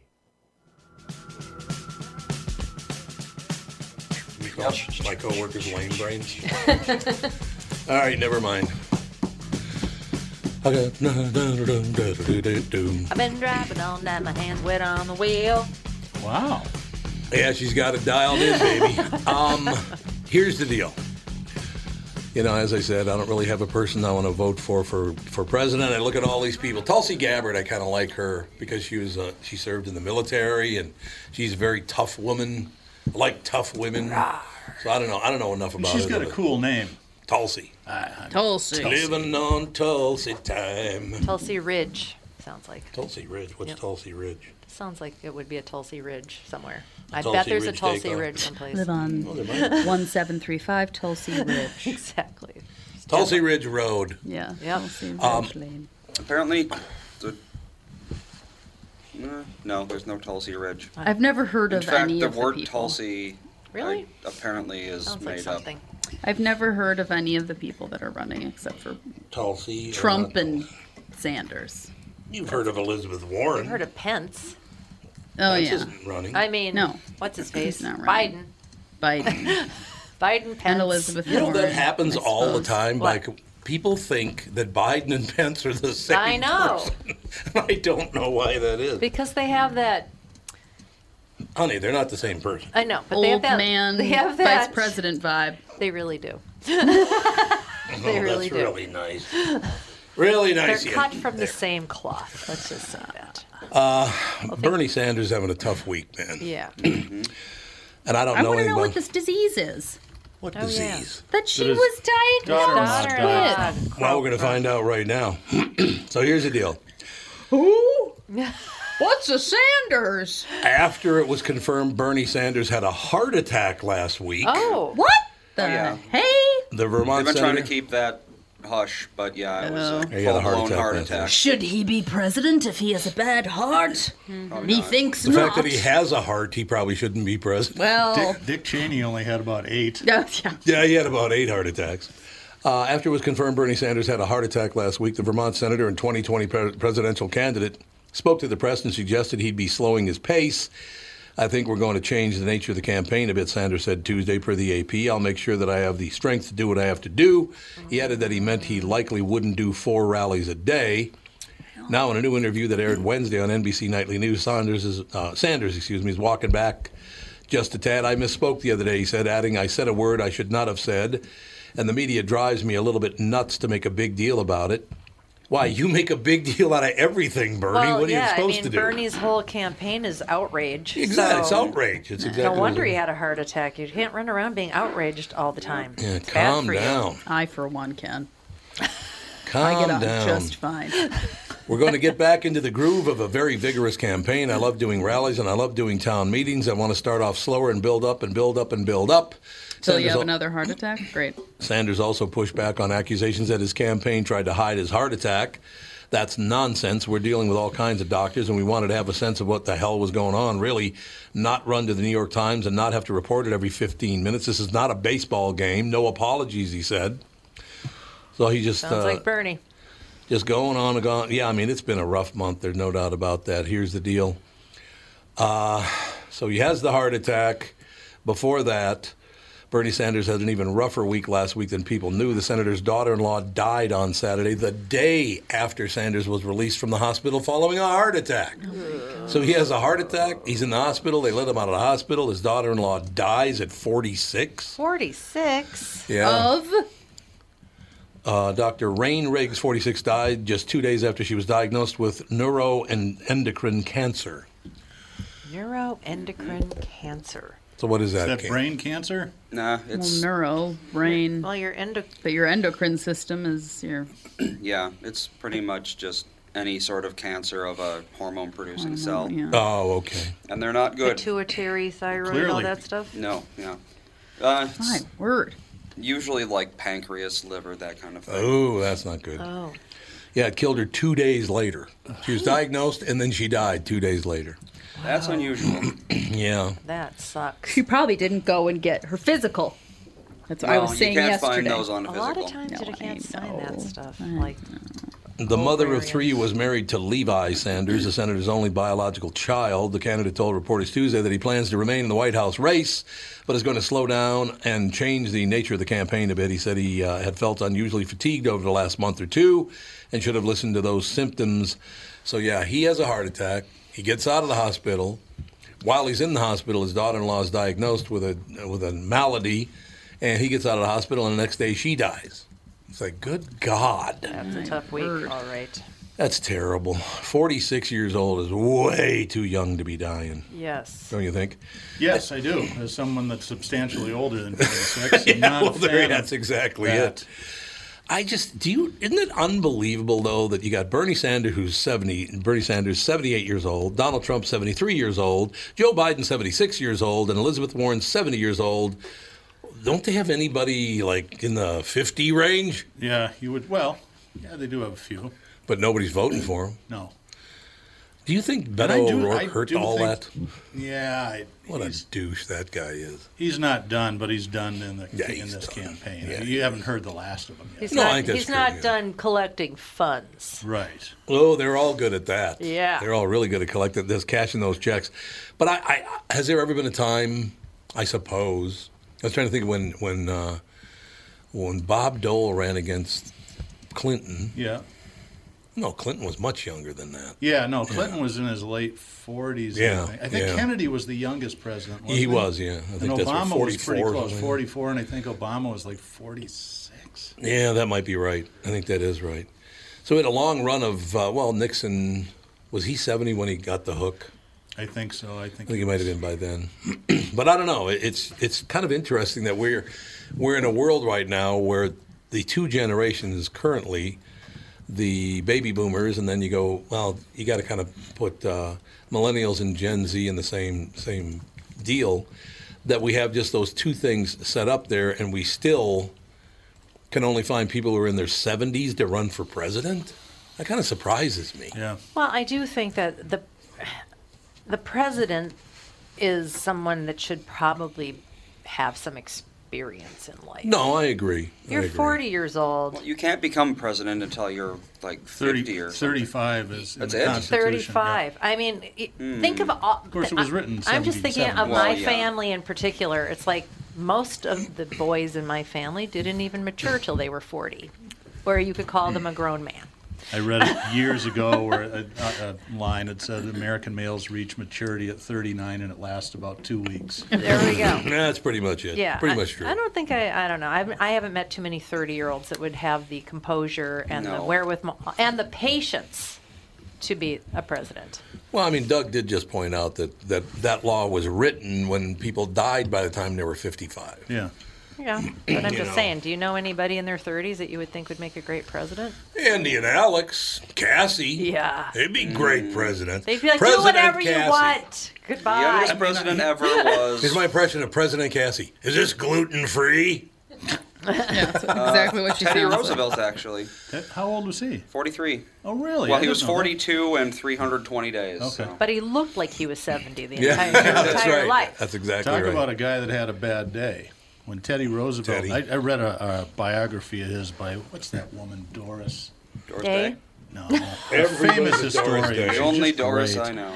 S4: We call my coworkers lame brains. All right, never mind. Okay.
S2: I've been driving all night, my hands wet on the wheel.
S5: Wow.
S4: Yeah, she's got it dialed in, baby. Um, here's the deal. You know, as I said, I don't really have a person I want to vote for for, for president. I look at all these people. Tulsi Gabbard, I kind of like her because she was uh, she served in the military and she's a very tough woman. I like tough women. So I don't know. I don't know enough about
S5: She's
S4: her.
S5: got a
S4: but
S5: cool name.
S4: Tulsi.
S6: Tulsi.
S4: Living on Tulsi time.
S2: Tulsi Ridge sounds like
S4: Tulsi Ridge. What's
S2: Yep.
S4: Tulsi Ridge?
S2: sounds like it would be a Tulsi Ridge somewhere. I bet
S4: Tulsi
S2: there's a
S4: Ridge
S2: Tulsi
S4: takeoff.
S2: Ridge someplace.
S7: Live on
S4: Oh, there might be.
S7: 1735 Tulsi Ridge.
S2: exactly.
S4: Tulsi Ridge Road. Um,
S7: Yeah.
S2: Yep.
S7: Tulsi Ridge Lane.
S3: Apparently, the, Uh, no, there's no Tulsi Ridge.
S7: I've never heard
S3: In
S7: of
S3: fact,
S7: any
S3: the
S7: of
S3: word
S7: the people.
S3: Tulsi I-
S2: Really?
S3: apparently is
S2: Sounds like
S3: made
S2: something.
S3: up.
S7: I've never heard of any of the people that are running except for
S4: Tulsi. uh,
S7: Trump and Sanders.
S4: You've heard of Elizabeth Warren.
S2: I've heard of Pence.
S7: Oh
S4: Pence
S7: yeah,
S4: isn't running.
S2: I mean,
S7: No.
S2: what's his face?
S7: not right.
S2: Biden.
S7: Biden
S2: Biden, Pence.
S7: and Elizabeth
S4: You know
S7: Warren.
S4: that happens
S7: I
S4: all the
S7: suppose.
S4: time.
S2: What?
S4: Like people think that Biden and Pence are the same.
S2: I know.
S4: person. I don't know why that is.
S2: Because they have that.
S4: Honey, they're not the same person.
S2: I know, but
S7: Old
S2: they have that.
S7: man,
S2: they have that.
S7: Um, vice president vibe.
S2: They really do.
S4: Oh,
S2: they really
S4: that's
S2: do.
S4: really nice. Really
S2: They're
S4: nice. Uh,
S2: cut from the same cloth. Let's just say that.
S4: Bernie Sanders having a tough week, man.
S2: Yeah.
S4: And I don't
S7: I want to
S4: know
S7: know
S4: anybody.
S7: what this disease is
S4: What
S2: Oh, yeah.
S4: disease?
S7: that she
S5: That is-
S7: was diagnosed.
S5: Daughter-in-law died.
S2: God.
S4: Well, we're going to find out right now. so here's the deal.
S7: Who? What's a Sanders?
S4: After it was confirmed Bernie Sanders had a heart attack last week,
S2: Oh.
S7: What the
S3: yeah.
S7: hey?
S4: the Vermont
S3: They've been trying to
S4: senator-
S3: keep that hush, but yeah, it was
S7: Oh.
S3: a
S4: he had a
S3: full
S4: heart
S3: blown
S4: attack
S3: heart
S4: last
S3: attack.
S7: Should he be president if he has a bad heart? Methinks
S4: Mm-hmm. the fact that he has a heart, he probably shouldn't be president.
S7: well,
S5: Dick, Dick Cheney only had about eight.
S7: yeah, yeah.
S4: Yeah, he had about eight heart attacks. Uh, after it was confirmed Bernie Sanders had a heart attack last week, the Vermont senator and 2020 pre- presidential candidate spoke to the press and suggested he'd be slowing his pace I think we're going to change the nature of the campaign a bit, Sanders said Tuesday per the AP. I'll make sure that I have the strength to do what I have to do. He added that he meant he likely wouldn't do four rallies a day. Now, in a new interview that aired Wednesday on NBC Nightly News, Sanders is uh, Sanders, excuse me, is walking back just a tad. I misspoke the other day, he said, adding, "I said a word I should not have said," and the media drives me a little bit nuts to make a big deal about it. Why you make a big deal out of everything, Bernie?
S2: well,
S4: what are
S2: yeah,
S4: you supposed
S2: I mean,
S4: to do?
S2: Bernie's whole campaign is outrage.
S4: Exactly, it's
S2: so-
S4: outrage. It's exactly.
S2: No wonder
S4: what it
S2: he
S4: is.
S2: had a heart attack. You can't run around being outraged all the time.
S4: Yeah,
S2: It's bad
S4: calm
S2: for you.
S4: down.
S7: I, for one, can.
S4: Calm
S7: I get on
S4: down.
S7: just fine.
S4: We're going to get back into the groove of a very vigorous campaign. I love doing rallies and I love doing town meetings. I want to start off slower and build up and build up and build up.
S7: Till you
S4: Sanders,
S7: have
S4: al-
S7: another heart attack? Great.
S4: Sanders also pushed back on accusations that his campaign tried to hide his heart attack. That's nonsense. We're dealing with all kinds of doctors, and we wanted to have a sense of what the hell was going on, really, not run to the New York Times and not have to report it every 15 minutes. This is not a baseball game. No apologies, he said. So he just.
S2: Sounds
S4: uh,
S2: like Bernie.
S4: just going on and going. Yeah, I mean, it's been a rough month. There's no doubt about that. Here's the deal. Uh, so he has the heart attack. Before that, Bernie Sanders had an even rougher week last week than people knew. The senator's daughter in law died on Saturday, the day after Sanders was released from the hospital following a heart attack. So he has a heart attack. He's in the hospital. They let him out of the hospital. His daughter in law dies at 46.
S2: 46
S4: Yeah.
S7: of
S4: Uh, Dr. Rain Riggs, 46, died just two days after she was diagnosed with neuro and endocrine cancer.
S2: neuroendocrine cancer.
S4: So what is that?
S5: that
S4: Ken?
S5: brain cancer?
S3: Nah,
S7: well, neuro, brain.
S2: Well, your endo-
S7: but your endocrine system is your
S3: Yeah, it's pretty much just any sort of cancer of a hormone producing cell.
S4: Oh, okay.
S3: And they're not good.
S2: Pituitary, thyroid, all
S3: Clearly.
S2: that stuff.
S3: No, yeah. Uh,
S7: My word.
S3: Usually like pancreas, liver, that kind of thing.
S4: Oh, that's not good.
S2: Oh.
S4: Yeah, it killed her two days later. She was diagnosed and then she died two days later.
S3: That's unusual.
S4: yeah.
S2: That sucks.
S7: She probably didn't go and get her physical. That's what I
S3: No,
S7: was
S3: you
S7: saying
S3: can't
S7: yesterday.
S3: find those on
S2: A lot of times you can't sign that stuff. Like,
S4: The mother of three was married to Levi Sanders, the senator's only biological child. The candidate told reporters Tuesday that he plans to remain in the White House race, but is going to slow down and change the nature of the campaign a bit. He said he uh, had felt unusually fatigued over the last month or two and should have listened to those symptoms. So, yeah, he has a heart attack. He gets out of the hospital. While he's in the hospital, his daughter in law is diagnosed with a, with a malady, and he gets out of the hospital, and the next day she dies. It's like, good God.
S2: that's a tough week. All right.
S4: That's terrible. 46 years old is way too young to be dying,
S2: Yes.
S4: don't you think?
S5: Yes, I do. As someone that's substantially older than 46, I'm not
S4: well,
S5: a
S4: there-
S5: fan
S4: that's
S5: of
S4: exactly
S5: that.
S4: it. I just do you isn't it unbelievable though that you got Bernie Sanders who's 70 Bernie Sanders 78 years old, Donald Trump 73 years old, Joe Biden 76 years old and Elizabeth Warren 70 years old. Don't they have anybody like in the 50 range?
S5: Yeah, you would. Well, yeah, they do have a few.
S4: But nobody's voting for him.
S5: No.
S4: Do you think
S5: And I
S4: Beto
S5: do- I
S4: O'Rourke hurt
S5: do
S4: all
S5: think-
S4: that?
S5: Yeah, I,
S4: What a douche that guy is.
S5: he's not done, but he's done in the
S4: Yeah,
S5: in
S4: he's
S5: this campaign.
S4: Yeah,
S5: you haven't heard the last of him yet.
S2: He's
S4: No, I
S2: not,
S4: think that's
S2: he's
S4: good,
S2: not
S4: yeah.
S2: done collecting funds.
S5: Right.
S4: Oh, they're all good at that.
S2: Yeah.
S4: They're all really good at collecting this cash and those checks. But I, I has there ever been a time, I suppose, I was trying to think when when uh, when Bob Dole ran against Clinton.
S5: Yeah.
S4: No, Clinton was much younger than that.
S5: Yeah, no, Clinton was in his late 40s. I
S4: Yeah,
S5: think. I think
S4: yeah.
S5: Kennedy was the youngest president. wasn't
S4: He was, yeah. I
S5: and
S4: think that's what,
S5: Obama was pretty
S4: 44 or
S5: close,
S4: something.
S5: 44, and I think Obama was like 46.
S4: Yeah, that might be right. I think that is right. So we had a long run of uh, well, Nixon was he seventy when he got the hook.
S5: I think so. I think.
S4: I think it might have been by then, but I don't know. It- It's it's kind of interesting that we're we're in a world right now where the two generations currently, the baby boomers, and then you go well, you got to kind of put uh, millennials and Gen Z in the same same deal. That we have just those two things set up there, and we still can only find people who are in their 70s to run for president. That kind of surprises me.
S5: Yeah.
S2: Well, I do think that the the president is someone that should probably have some ex- experience in life.
S4: No, Oh, I agree. I
S2: You're
S4: agree.
S2: 40 years old.
S3: You can't become president until you're like
S5: 30
S3: fifty or
S5: 35 is in
S3: That's
S5: the
S3: it?
S5: Constitution.
S2: 35. I mean, i
S5: Hmm.
S2: think of all.
S5: Of course, it was written in
S2: I'm just thinking
S5: 77.
S2: of
S5: Well,
S2: my
S5: yeah.
S2: family in particular. It's like most of the boys in my family didn't even mature till they were 40, where you could call them a grown man.
S5: I read it years ago where a, a, a line had said American males reach maturity at 39 and it lasts about two weeks.
S2: There we go.
S4: That's pretty much it.
S2: Yeah,
S4: pretty
S2: I,
S4: much true.
S2: I don't think I. I don't know. I haven't, I haven't met too many thirty-year-olds that would have the composure and the
S4: No.
S2: wherewithal and the patience to be a president.
S4: Well, I mean, Doug did just point out that, that that law was written when people died by the time they were 55.
S5: Yeah.
S2: Yeah, but I'm
S4: You
S2: just
S4: know.
S2: saying. Do you know anybody in their thirties that you would think would make a great president?
S4: Andy and Alex, Cassie.
S2: Yeah.
S4: They'd be
S3: Mm.
S4: great presidents.
S2: They'd be like,
S4: President
S2: do whatever
S4: Cassie.
S2: you want. Goodbye.
S3: youngest president ever was.
S4: Here's my impression of President Cassie. Is this gluten free?
S3: exactly what she Teddy sounds like. Roosevelt, actually.
S5: How old was he?
S3: 43.
S5: Oh, really?
S3: Well,
S5: I
S3: he
S5: didn't
S3: was
S5: know that.
S3: 42 and 320 days.
S5: Okay.
S3: so.
S2: But he looked like he was seventy the
S3: Yeah,
S2: entire, his
S3: that's
S2: entire
S3: right.
S2: life.
S4: That's exactly
S5: Talk
S4: right.
S5: about a guy that had a bad day. When Teddy Roosevelt,
S4: Teddy.
S5: I, I read a, a biography of his by what's that woman, Doris?
S3: Doris Day? Day?
S5: No, a
S3: Everybody
S5: famous
S3: knows Doris
S5: historian.
S3: Day. The
S5: She's
S3: only
S5: just
S3: Doris
S5: great.
S3: I know.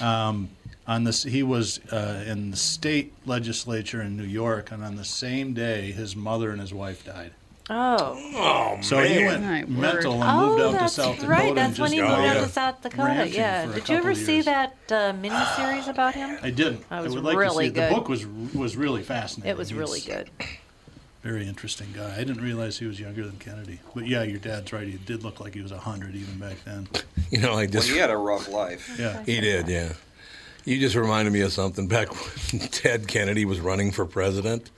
S5: Um, on this, he was uh, in the state legislature in New York, and on the same day, his mother and his wife died.
S2: Oh.
S4: Oh,
S5: So he went mental and moved
S2: oh,
S5: out to
S2: that's
S5: South Dakota.
S2: Right,
S5: and
S2: that's when he
S4: Oh,
S5: just
S2: moved
S5: went
S2: out to South Dakota.
S5: ranching
S2: Yeah.
S5: for a
S2: Did you ever
S5: couple
S2: see
S5: years.
S2: that uh, miniseries about him?
S5: I didn't.
S2: That
S5: I
S2: was
S5: would like
S2: really
S5: to see it.
S2: good.
S5: The book was was really fascinating.
S2: It was really
S5: He's
S2: good.
S5: a Very interesting guy. I didn't realize he was younger than Kennedy. But yeah, your dad's right. He did look like he was hundred even back then.
S4: You know, I just.
S3: Well, he had a rough life.
S5: Yeah.
S4: He did, yeah. You just reminded me of something back when Ted Kennedy was running for president.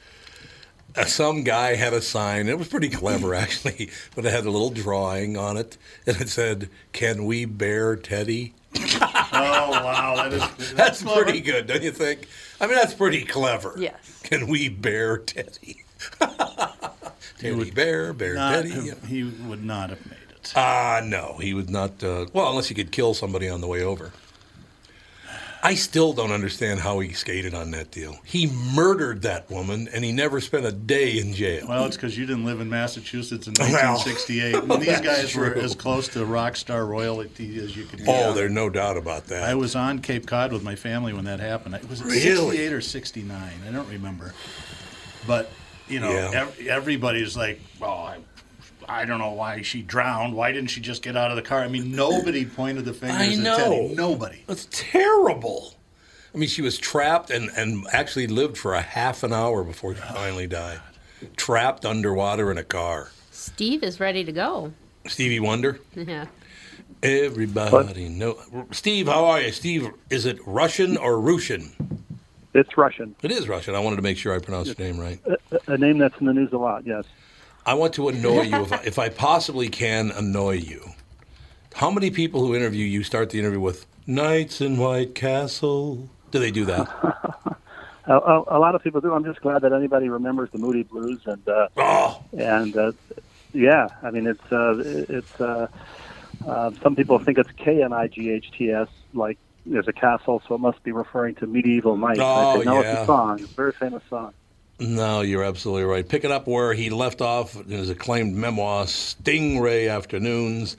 S4: uh, Some guy had a sign. It was pretty clever, actually, but it had a little drawing on it, and it said, "Can we bear Teddy?"
S5: oh wow, that is
S4: that's, pretty good, don't you think? I mean, that's pretty clever.
S2: Yes.
S4: Can we bear Teddy? Teddy bear, bear
S5: Not-
S4: Teddy.
S5: he- He would not have made it.
S4: Ah, no, he would not. Uh, well, unless he could kill somebody on the way over. I still don't understand how he skated on that deal. He murdered that woman, and he never spent a day in jail.
S5: Well, it's because you didn't live in Massachusetts in
S4: Well,
S5: 1968. and these
S4: that's
S5: guys were
S4: true.
S5: as close to rock star royalty as you could get.
S4: Oh, there's no doubt about that.
S5: I was on Cape Cod with my family when that happened. It was it
S4: Really?
S5: 68 or 69. I don't remember. But, you know,
S4: Yeah.
S5: ev- everybody's like, oh, I, I don't know why she drowned. Why didn't she just get out of the car? I mean, nobody pointed the fingers
S4: I
S5: at
S4: know.
S5: Teddy. Nobody.
S4: That's terrible. I mean, she was trapped and, and actually lived for a half an hour before
S5: Oh,
S4: she finally died. Trapped underwater in a car.
S6: Steve is ready to go.
S4: Stevie Wonder.
S6: Yeah.
S4: Everybody know. Steve, how are you? Steve, is it Russian or Russian?
S8: It's Russian.
S4: It is Russian. I wanted to make sure I pronounced your name right.
S8: A, a name that's in the news a lot, yes.
S4: I want to annoy you if I, if I possibly can annoy you. How many people who interview you start the interview with "Knights in White Castle"? Do they do that?
S8: A, a, a lot of people do. I'm just glad that anybody remembers the Moody Blues and uh,
S4: Oh.
S8: and uh, yeah, I mean it's uh, it's uh, uh, some people think it's K N I G H T S like there's a castle, so it must be referring to medieval knights. I
S4: Oh,
S8: say, no, it's
S4: yeah.
S8: a song, it's a very famous song.
S4: No, you're absolutely right. Pick it up where he left off in his acclaimed memoir, Stingray Afternoons.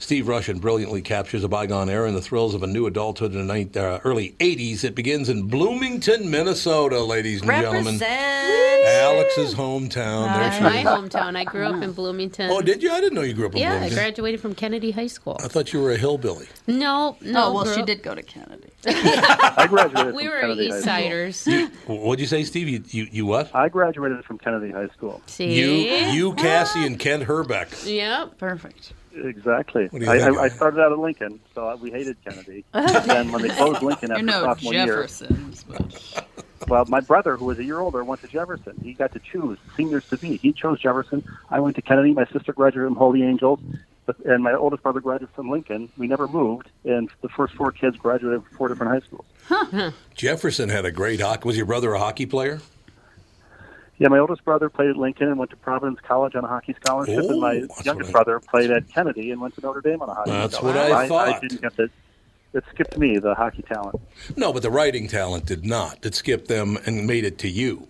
S4: Steve Russian brilliantly captures a bygone era and the thrills of a new adulthood in the ninth, uh, early 80s. It begins in Bloomington, Minnesota, ladies and gentlemen.
S6: Represent.
S4: Alex's hometown. there
S2: Uh,
S6: That's
S4: she
S6: my
S4: is.
S6: hometown. I grew up in Bloomington.
S4: Oh, did you? I didn't know you grew up in
S6: Yeah, I
S4: Bloomington.
S6: graduated from Kennedy High School.
S8: Uh,
S4: I thought you were a hillbilly.
S6: No, no.
S7: well, she
S6: Oh, did go to Kennedy.
S8: I graduated.
S6: We
S8: from
S6: were
S8: Kennedy
S6: East
S8: High School.
S6: Siders.
S4: What'd you say, Steve? You, you, you what?
S8: I graduated from Kennedy High School.
S6: See?
S4: You, you, Cassie, and Kent Herbeck.
S6: Yep.
S7: Perfect.
S8: Exactly.
S4: do you
S8: I,
S4: think?
S8: I, I started out at Lincoln, so I, we hated Kennedy. and then when they closed Lincoln after
S7: no
S8: sophomore
S7: Jefferson.
S8: year, well, my brother, who was a year older, went to Jefferson. He got to choose seniors to be. He chose Jefferson. I went to Kennedy. My sister graduated from Holy Angels, but- and my oldest brother graduated from Lincoln. We never moved, and the first four kids graduated from four different high schools.
S4: Jefferson had a great hockey. Was your brother a hockey player?
S8: Yeah, my oldest brother played at Lincoln and went to Providence College on a hockey scholarship,
S4: Oh,
S8: and my
S4: that's what
S8: youngest
S4: I-
S8: brother played at Kennedy and went to Notre Dame on a hockey
S4: That's what
S8: scholarship.
S4: I
S8: I
S4: thought.
S8: didn't get the, it skipped me, the hockey talent.
S4: No, but the writing talent did not. It skipped them and made it to you.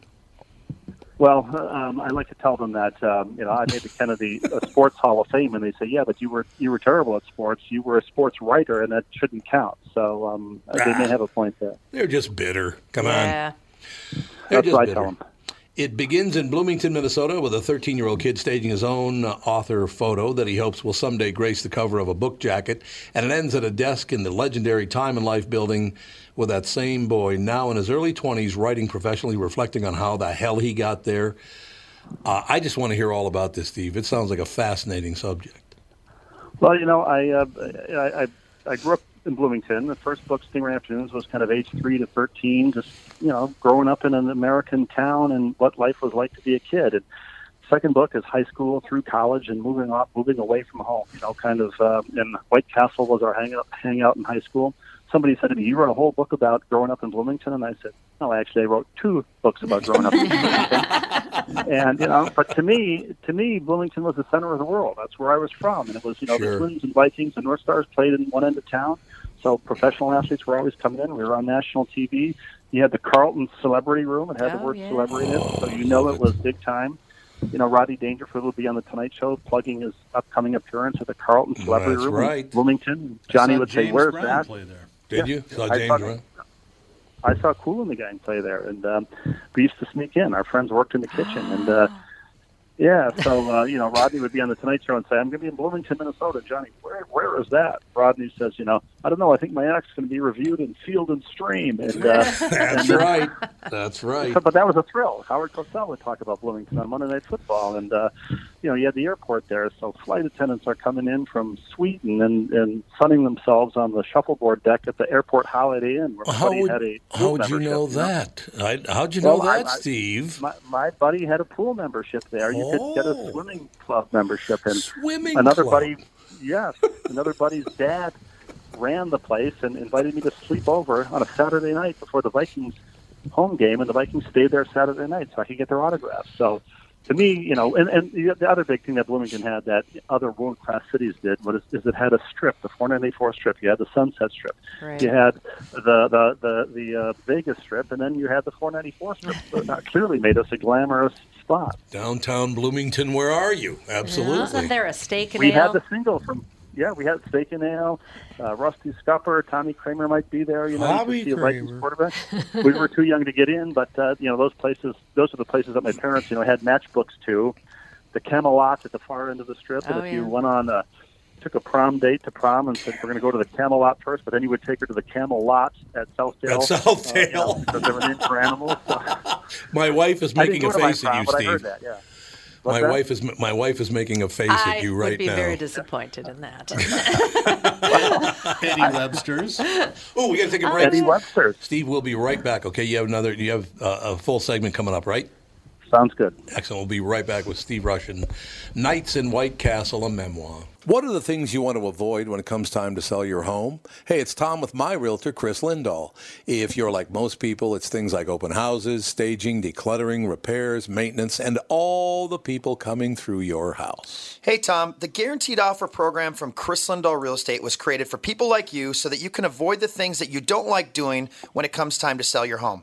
S8: Well, um, I like to tell them that um, you know I made the Kennedy a sports Hall of Fame, and they say, "Yeah, but you were you were terrible at sports. You were a sports writer, and that shouldn't count." So um, they may have a point there.
S4: They're just bitter. Come
S8: Yeah.
S4: on.
S8: That's what I tell 'em.
S4: It begins in Bloomington, Minnesota, with a 13 year old kid staging his own uh, author photo that he hopes will someday grace the cover of a book jacket. And it ends at a desk in the legendary Time and Life building with that same boy, now in his early 20s, writing professionally, reflecting on how the hell he got there. Uh, I just want to hear all about this, Steve. It sounds like a fascinating subject.
S8: Well, you know, I, uh, I I I grew up in Bloomington. The first book, Stingray Afternoons, was kind of age three to thirteen. Just you know, growing up in an American town and what life was like to be a kid. And second book is high school through college and moving off, moving away from home. You know, kind of. Uh, and White Castle was our hangout hangout in high school. Somebody said to me, "You wrote a whole book about growing up in Bloomington," and I said, "No, actually, I wrote two books about growing up in and you know, but to me, to me, Bloomington was the center of the world. That's where I was from, and it was you know
S4: Sure.
S8: the Twins and Vikings and North Stars played in one end of town, so professional athletes were always coming in. We were on national TV. You had the Carlton Celebrity Room and had the word celebrity in it, so you know it was big time. You know, Roddy Dangerfield will be on the Tonight Show plugging his upcoming appearance at the Carlton Celebrity
S4: That's
S8: Room in
S4: right.
S8: Bloomington.
S4: I
S8: Johnny
S4: saw
S8: would say,
S4: James
S8: "Where's
S4: Brown
S8: that?"
S4: play there. Did you? Saw
S8: I
S4: James
S8: saw-
S4: Brown?
S8: I saw Cool and the Gang play there, and um, we used to sneak in. Our friends worked in the kitchen, and uh, yeah, so uh, you know, Rodney would be on the Tonight Show and say, "I'm going to be in Bloomington, Minnesota." Johnny, where where is that? Rodney says, "You know, I don't know. I think my act's going to be reviewed in Field and Stream." And uh, and,
S4: That's
S8: uh,
S4: right. That's right.
S8: so- but that was a thrill. Howard Cosell would talk about Bloomington on Monday Night Football, and uh, you know you had the airport there, so flight attendants are coming in from Sweden and, and sunning themselves on the shuffleboard deck at the airport Holiday Inn, where
S4: How
S8: somebody
S4: would,
S8: had a
S4: how would you
S8: membership,
S4: know that? I, how'd you
S8: Well,
S4: know
S8: I-
S4: that,
S8: I-
S4: Steve? Oh.
S8: My, my buddy had a pool membership there. You could get a swimming club membership, and
S4: Swimming
S8: another
S4: club.
S8: buddy, yes, another buddy's dad ran the place and invited me to sleep over on a Saturday night before the Vikings home game, and the Vikings stayed there Saturday night so I could get their autographs. So. To me, you know, and, and the the other big thing that Bloomington had that other world class cities did was is it had a strip, the 494 strip. You had the Sunset Strip.
S9: Right.
S8: You had the the the, the uh, Vegas Strip, and then you had the 494 Strip. So that clearly made us a glamorous spot.
S4: Downtown Bloomington, where are you? Absolutely.
S2: Wasn't there a steak and
S8: We
S2: ale?
S8: had the single from yeah, we had Steak and Ale, uh, Rusty Scupper, Tommy Kramer might be there. You know, you could
S5: Tommy
S8: see a Vikings
S5: Kramer.
S8: quarterback. we were too young to get in, but uh, you know those places. Those are the places that my parents you know had matchbooks to. The Camelot at the far end of the strip, and
S5: Oh,
S8: if you
S5: yeah.
S8: went on a took a prom date to prom and said we're going to go to the Camelot first, but then you would take her to the Camelot at Southdale.
S4: At Southdale.
S8: uh, you know, because they were named for animals. So-
S4: My wife is
S8: I didn't
S4: making
S8: go
S4: a
S8: to my
S4: face
S8: prom,
S4: at you,
S8: but I
S4: Steve.
S8: heard that, yeah.
S4: My
S8: What's that?
S4: wife is my wife is making a face
S2: I
S4: at you
S2: would
S4: right
S2: be
S4: now.
S2: very disappointed in that.
S10: Eddie Webster's.
S4: Oh, we got to take a break.
S8: Eddie Webster.
S4: Steve, we'll be right back. Okay, you have another. You have uh, a full segment coming up, right?
S8: Sounds good.
S4: Excellent. We'll be right back with Steve Russian, Knights in White Castle, a memoir. What are the things you want to avoid when it comes time to sell your home? Hey, it's Tom with my realtor, Chris Lindahl. If you're like most people, it's things like open houses, staging, decluttering, repairs, maintenance, and all the people coming through your house.
S11: Hey, Tom, the Guaranteed Offer program from Chris Lindahl Real Estate was created for people like you so that you can avoid the things that you don't like doing when it comes time to sell your home.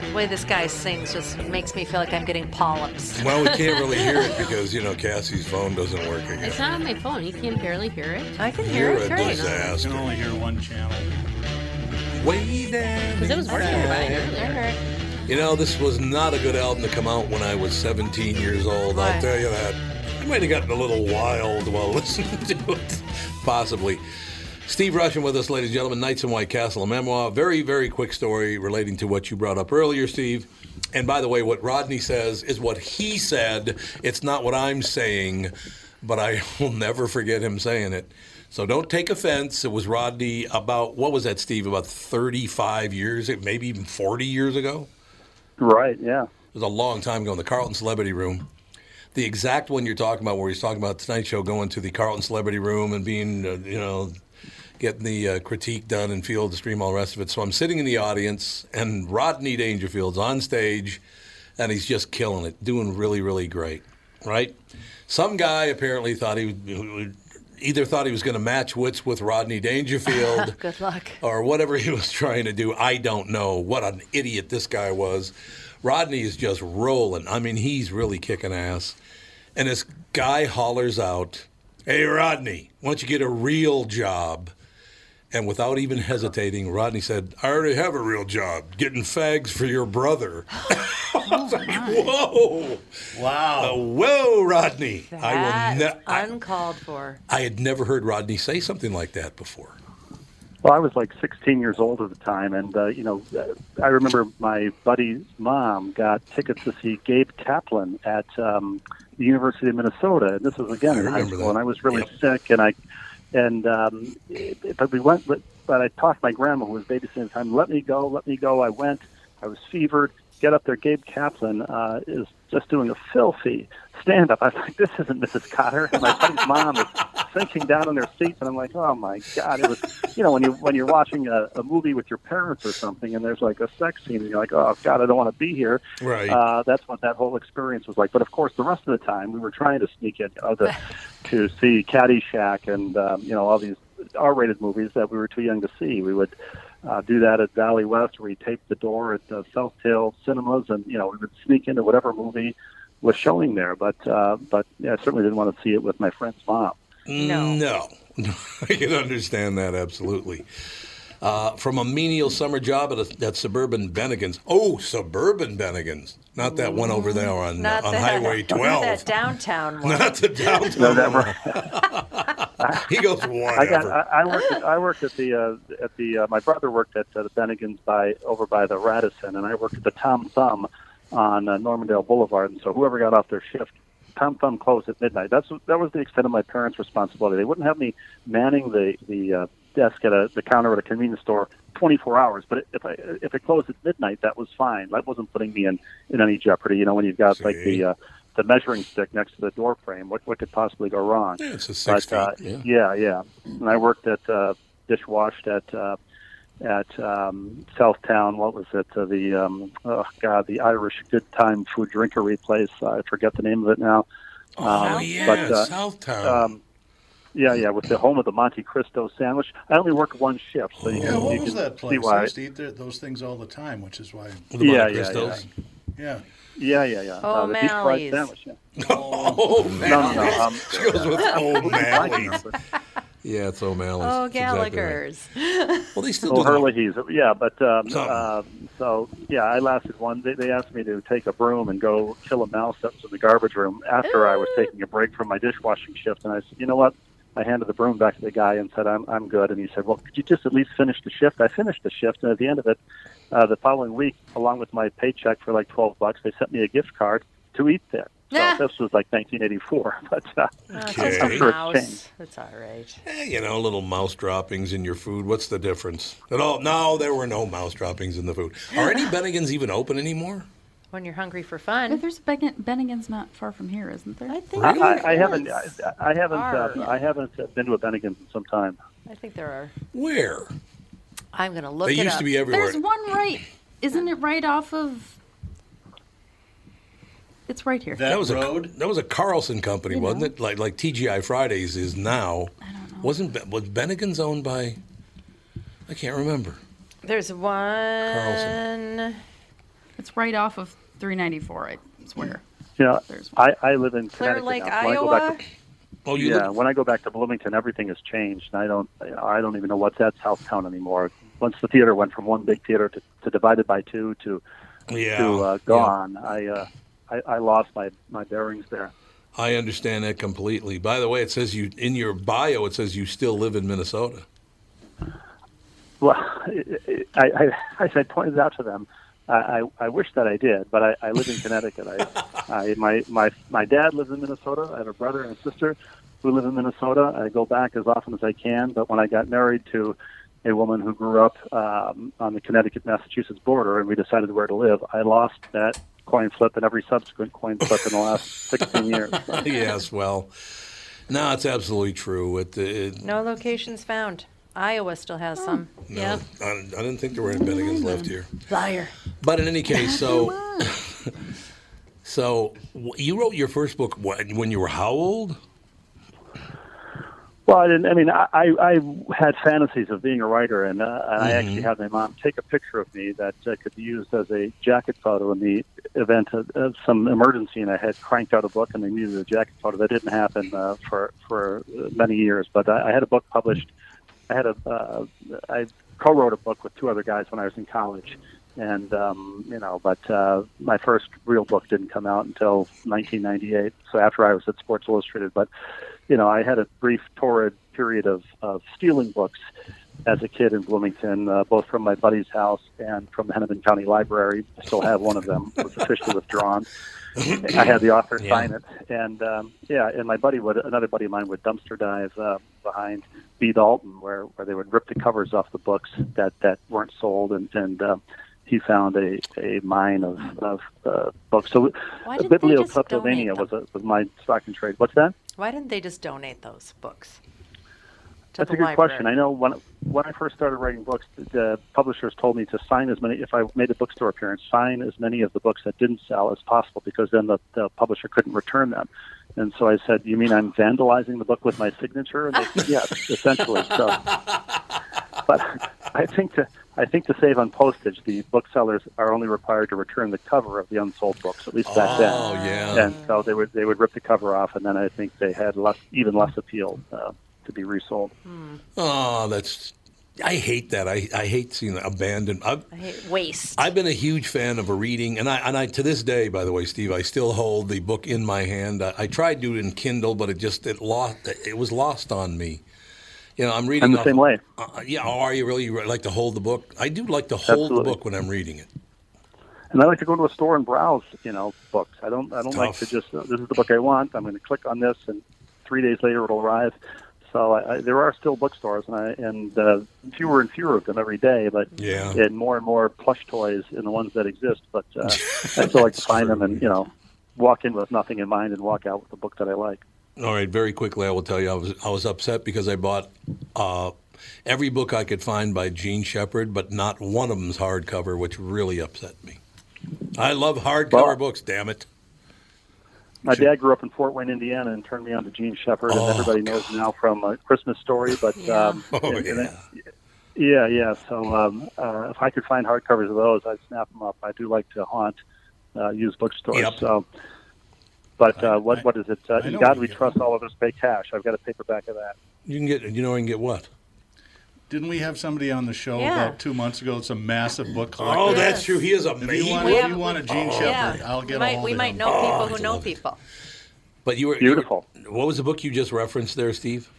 S2: The way this guy sings just makes me feel like I'm getting polyps.
S4: Well, we can't really hear it because you know Cassie's phone doesn't work again.
S6: It's not on my phone. You can barely hear it.
S2: I can
S4: You're a disaster.
S5: only hear one channel.
S4: Way down.
S6: Because it was working fine
S2: earlier.
S4: You know, this was not a good album to come out when I was 17 years old. I'll
S2: Right.
S4: tell you that. I might have gotten a little wild while listening to it, possibly. Steve Russian with us, ladies and gentlemen. Knights in White Castle, a memoir. Very, very quick story relating to what you brought up earlier, Steve. And by the way, what Rodney says is what he said. It's not what I'm saying, but I will never forget him saying it. So don't take offense. It was Rodney about, what was that, Steve? About 35 years, maybe even 40 years ago?
S8: Right. Yeah.
S4: It was a long time ago in the Carlton Celebrity Room. The exact one you're talking about, where he's talking about tonight show going to the Carlton Celebrity Room and being, uh, you know, getting the uh, critique done and field the stream, all the rest of it. So I'm sitting in the audience, and Rodney Dangerfield's on stage, and he's just killing it, doing really, really great, right? Some guy apparently thought he would, either thought he was going to match wits with Rodney Dangerfield,
S2: Good luck.
S4: or whatever he was trying to do. I don't know what an idiot this guy was. Rodney is just rolling. I mean, he's really kicking ass. And this guy hollers out, Hey, Rodney, why don't you get a real job? And without even hesitating, Rodney said, I already have a real job, getting fags for your brother. Whoa! Wow. Uh, whoa, Rodney. I will
S2: That's
S4: ne-
S2: uncalled for.
S4: I had never heard Rodney say something like that before.
S8: Well, I was like 16 years old at the time, and uh, you know, I remember my buddy's mom got tickets to see Gabe Kaplan at um, the University of Minnesota. And this was again
S4: I
S8: in high
S4: remember
S8: school,
S4: that.
S8: and I was really sick, and I and um, it- but we went, but, but I talked to my grandma who was babysitting at the time. Let me go, let me go. I went. I was fevered. Get up there. Gabe Kaplan uh, is just doing a filthy stand up. I was like, this isn't Mrs. Cotter. And my buddy's mom is sinking down in their seats, and I'm like, oh my god! It was, you know, when you when you're watching a, a movie with your parents or something, and there's like a sex scene, and you're like, oh god, I don't want to be here.
S4: Right.
S8: Uh, that's what that whole experience was like. But of course, the rest of the time, we were trying to sneak in you know, the, to see Caddyshack and um, you know all these R-rated movies that we were too young to see. We would uh, do that at Valley West, where we taped the door at uh, South Hill Cinemas, and you know we would sneak into whatever movie was showing there. But uh, but yeah, I certainly didn't want to see it with my friend's mom.
S4: No. No. I can understand that absolutely. Uh, from a menial summer job at, a, at suburban Bennigan's. Oh, suburban Bennigan's, not that one over there on
S2: Not
S4: on
S2: that-
S4: Highway
S2: not that
S4: 12.
S2: downtown one.
S4: Not the downtown. one. he goes
S8: I got.
S4: whatever.
S8: I, I worked. At, I worked at the uh, at the. Uh, my brother worked at uh, the Bennigan's by over by the Radisson, and I worked at the Tom Thumb on uh, Normandale Boulevard. And so whoever got off their shift, Tom Thumb closed at midnight. That's that was the extent of my parents' responsibility. They wouldn't have me manning the the uh, desk at a the counter at a convenience store 24 hours. But if I if it closed at midnight, that was fine. That wasn't putting me in in any jeopardy. You know, when you've got like the uh, the measuring stick next to the door frame, what what could possibly go wrong?
S4: Yeah, it's a
S8: But,
S4: six
S8: uh,
S4: feet, yeah.
S8: yeah, yeah. And I worked at uh, dishwashed at uh, at um, Southtown. What was it? Uh, the um, oh god, the Irish Good Time Food Drinkery place. I forget the name of it now. uh,
S4: Oh, yeah, Southtown.
S8: Um, yeah, yeah, with the home of the Monte Cristo sandwich. I only worked one shift, so you
S5: Yeah,
S8: can,
S5: what
S8: you
S5: was
S8: can
S5: that
S8: see
S5: place? I
S8: why.
S5: used to eat th- those things all the time, which is why.
S8: The Monte Yeah, yeah, Cristos?
S5: Yeah.
S8: Yeah, yeah, yeah. uh, the deep fried
S5: O'Malley's.
S8: sandwich. Yeah.
S4: Oh, man.
S8: No, no, no. Um,
S4: She goes with O'Malley's.
S8: O'Malley's.
S4: yeah, it's O'Malley's.
S2: Oh,
S4: That's exactly
S2: Gallagher's.
S4: Well, they still
S8: oh,
S4: do
S8: Hurley He's, yeah, but um,
S4: Something.
S8: uh, so yeah, I lasted one. They, they asked me to take a broom and go kill a mouse that was in the garbage room after I was taking a break from my dishwashing shift, and I said, you know what? I handed the broom back to the guy and said, I'm I'm good, and he said, well, could you just at least finish the shift? I finished the shift, and at the end of it, uh, the following week, along with my paycheck for like twelve bucks, they sent me a gift card to eat there. So this was like 1984, but uh,
S2: Oh,
S4: Okay.
S8: I'm sure it's changed.
S2: Mouse. That's all right.
S4: Eh, you know, little mouse droppings in your food. What's the difference? At all? No, there were no mouse droppings in the food. Are any Bennigan's even open anymore?
S2: When you're hungry for fun.
S7: there's a Ben- Bennigan's not far from here, isn't there? I
S2: think
S8: I, I, I haven't, I, I haven't,
S2: Arr.
S8: uh, I haven't been to a Bennigan's in some time.
S2: I think there are.
S4: Where?
S2: I'm going to look
S8: They
S2: it
S8: used
S2: up.
S8: to be everywhere.
S7: There's one right. Isn't it right off of? It's right here.
S4: was a that was a Carlson company, wasn't it? Like like TGI Fridays is now. I don't know. Wasn't Be- was Bennigan's owned by? I can't remember.
S2: There's one.
S7: It's right off of 394. I swear.
S8: You know, I, I live in
S7: Clear
S8: Connecticut
S7: Lake,
S8: now. When I go back
S7: Iowa?
S8: to-
S4: Oh,
S8: yeah. When I go back to Bloomington, everything has changed, and I don't, you know, I don't even know what's at Southtown anymore. Once the theater went from one big theater to, to divided by two to
S4: Yeah,
S8: to uh,
S4: yeah.
S8: gone, I, uh, I I lost my my bearings there.
S4: I understand that completely. By the way, it says you in your bio. It says you still live in Minnesota.
S8: Well, I, I, I, as I pointed out to them, I, I, I wish that I did, but I, I live in Connecticut. I, I, my, my, my dad lives in Minnesota. I have a brother and a sister who live in Minnesota. I go back as often as I can, but when I got married to a woman who grew up um, on the Connecticut Massachusetts border and we decided where to live, I lost that coin flip and every subsequent coin flip in the last 16 years.
S4: yes, well, no, it's absolutely true. It, it
S2: No locations found. Iowa still has some.
S4: no, I, I didn't think there were any Bennigans left here.
S2: Liar.
S4: But in any case, so so w- you wrote your first book when, when you were how old?
S8: Well, I didn't. I mean, I, I I had fantasies of being a writer, and, uh, and I
S4: Mhm.
S8: actually had my mom take a picture of me that uh, could be used as a jacket photo in the event of, of some emergency. And I had cranked out a book, and they needed a jacket photo. That didn't happen uh, for for uh, many years, but I, I had a book published. I had a uh, I co-wrote a book with two other guys when I was in college, and um, you know, but uh, my first real book didn't come out until 1998. So after I was at Sports Illustrated, but you know, I had a brief torrid period of, of stealing books as a kid in Bloomington, uh, both from my buddy's house and from the Hennepin County Library. I still have one of them. It was officially withdrawn. I had the author
S12: Yeah.
S8: sign it, and um, yeah, and my buddy would another buddy of mine would dumpster dive uh, behind B. Dalton, where where they would rip the covers off the books that that weren't sold, and and uh, he found a, a mine of of uh, books. So
S2: Why
S8: uh,
S2: didn't they just
S8: bibliopleptomania was a, was my stock and trade. What's that?
S2: Why didn't they just donate those books? to
S8: That's
S2: the
S8: a good
S2: library.
S8: question. I know when when I first started writing books, the publishers told me to sign as many. If I made a bookstore appearance, sign as many of the books that didn't sell as possible, because then the, the publisher couldn't return them. And so I said, "You mean I'm vandalizing the book with my signature?" And they said, "Yes, essentially." So, but I think to I think to save on postage, the booksellers are only required to return the cover of the unsold books, at least back then.
S4: Oh, yeah.
S8: And so they would they would rip the cover off, and then I think they had less even less appeal uh, to be resold.
S6: Hmm.
S4: Oh, that's I hate that. I, I hate seeing abandoned. I've,
S2: I hate waste.
S4: I've been a huge fan of a reading, and I and I to this day, by the way, Steve, I still hold the book in my hand. I, I tried to do it in Kindle, but it just it lost it was lost on me. You know, I'm reading.
S8: I'm the
S4: off-
S8: same way.
S4: Uh, yeah, oh, are you really you like to hold the book? I do like to hold the
S8: Absolutely.
S4: book when I'm reading it.
S8: And I like to go to a store and browse, you know, books. I don't I don't like
S4: Tough.
S8: to just uh, this is the book I want. I'm going to click on this, and three days later it'll arrive. So I, I, there are still bookstores, and I and uh, fewer and fewer of them every day, but
S4: Yeah.
S8: and more and more plush toys in the ones that exist. But uh, I still like to find them and you know walk in with nothing in mind and walk out with the book that I like.
S4: All right, very quickly, I will tell you, I was I was upset because I bought uh, every book I could find by Gene Shepard, but not one of them's hardcover, which really upset me. I love hardcover books. Damn it!
S8: My dad grew up in Fort Wayne, Indiana, and turned me on to Gene Shepard,
S4: Oh,
S8: and everybody knows now from uh, Christmas Story. But
S4: Yeah.
S8: um,
S4: Oh,
S8: and- and
S4: yeah.
S8: it- yeah, yeah. So um, uh, if I could find hardcovers of those, I'd snap them up. I do like to haunt uh, used bookstores. So, but uh, what what is it? Uh, in
S4: know
S8: God
S4: where
S8: We Trust, all of us pay cash. I've got a paperback of that.
S4: You can get you know I can get what?
S5: Didn't we have somebody on the show
S8: Yeah.
S5: about two months ago? It's a massive book collector.
S4: Oh, that's true. He is
S5: If you
S4: amazing.
S5: want, if you want a Gene Shepherd, I'll get
S2: we
S5: a
S2: might,
S5: hold
S2: we
S5: of
S2: might
S5: him.
S2: know
S4: Oh,
S2: people who know people.
S4: But you were beautiful. what was the book you just referenced there, Steve?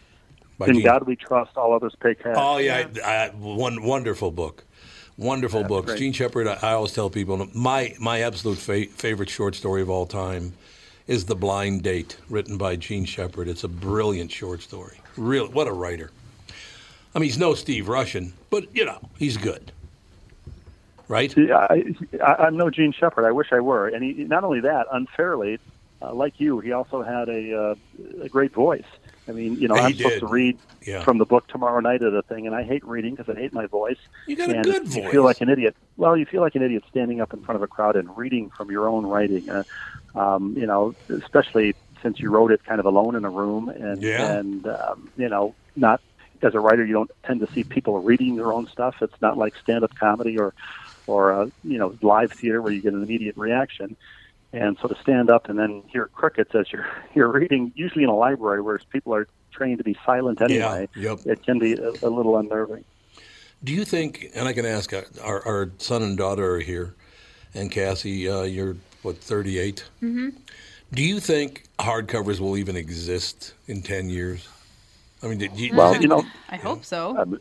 S4: By
S8: in
S4: Gene-
S8: God We Trust, all others pay cash.
S4: Oh yeah, I, I, one wonderful book, wonderful books.
S8: great.
S4: Gene Shepard. I, I always tell people my my absolute fa- favorite short story of all time is The Blind Date, written by Gene Shepard. It's a brilliant short story. Real, what a writer. I mean, he's no Steve Russian, but you know he's good. Right?
S8: Yeah, I, I, I'm no Gene Shepherd. I wish I were. And he, not only that, unfairly, uh, like you, he also had a, uh, a great voice. I mean, you know,
S4: He
S8: I'm supposed
S4: did.
S8: to read
S4: Yeah.
S8: from the book tomorrow night at a thing, and I hate reading because I hate my voice.
S4: You got a
S8: and
S4: good
S8: You
S4: voice.
S8: feel like an idiot. Well, you feel like an idiot standing up in front of a crowd and reading from your own writing. Uh, um, you know, especially since you wrote it kind of alone in a room, and
S4: Yeah.
S8: and um, you know, not as a writer you don't tend to see people reading their own stuff. It's not like stand-up comedy or or uh, you know live theater where you get an immediate reaction. And so to stand up and then hear crickets as you're you're reading, usually in a library where people are trained to be silent anyway, it can be a, a little unnerving.
S4: Do you think, and I can ask, uh, our, our son and daughter are here, and Cassie, uh, you're what, 38?
S13: Mm-hmm.
S4: Do you think hardcovers will even exist in 10 years? I mean, did you,
S8: Well, you know,
S14: I hope so.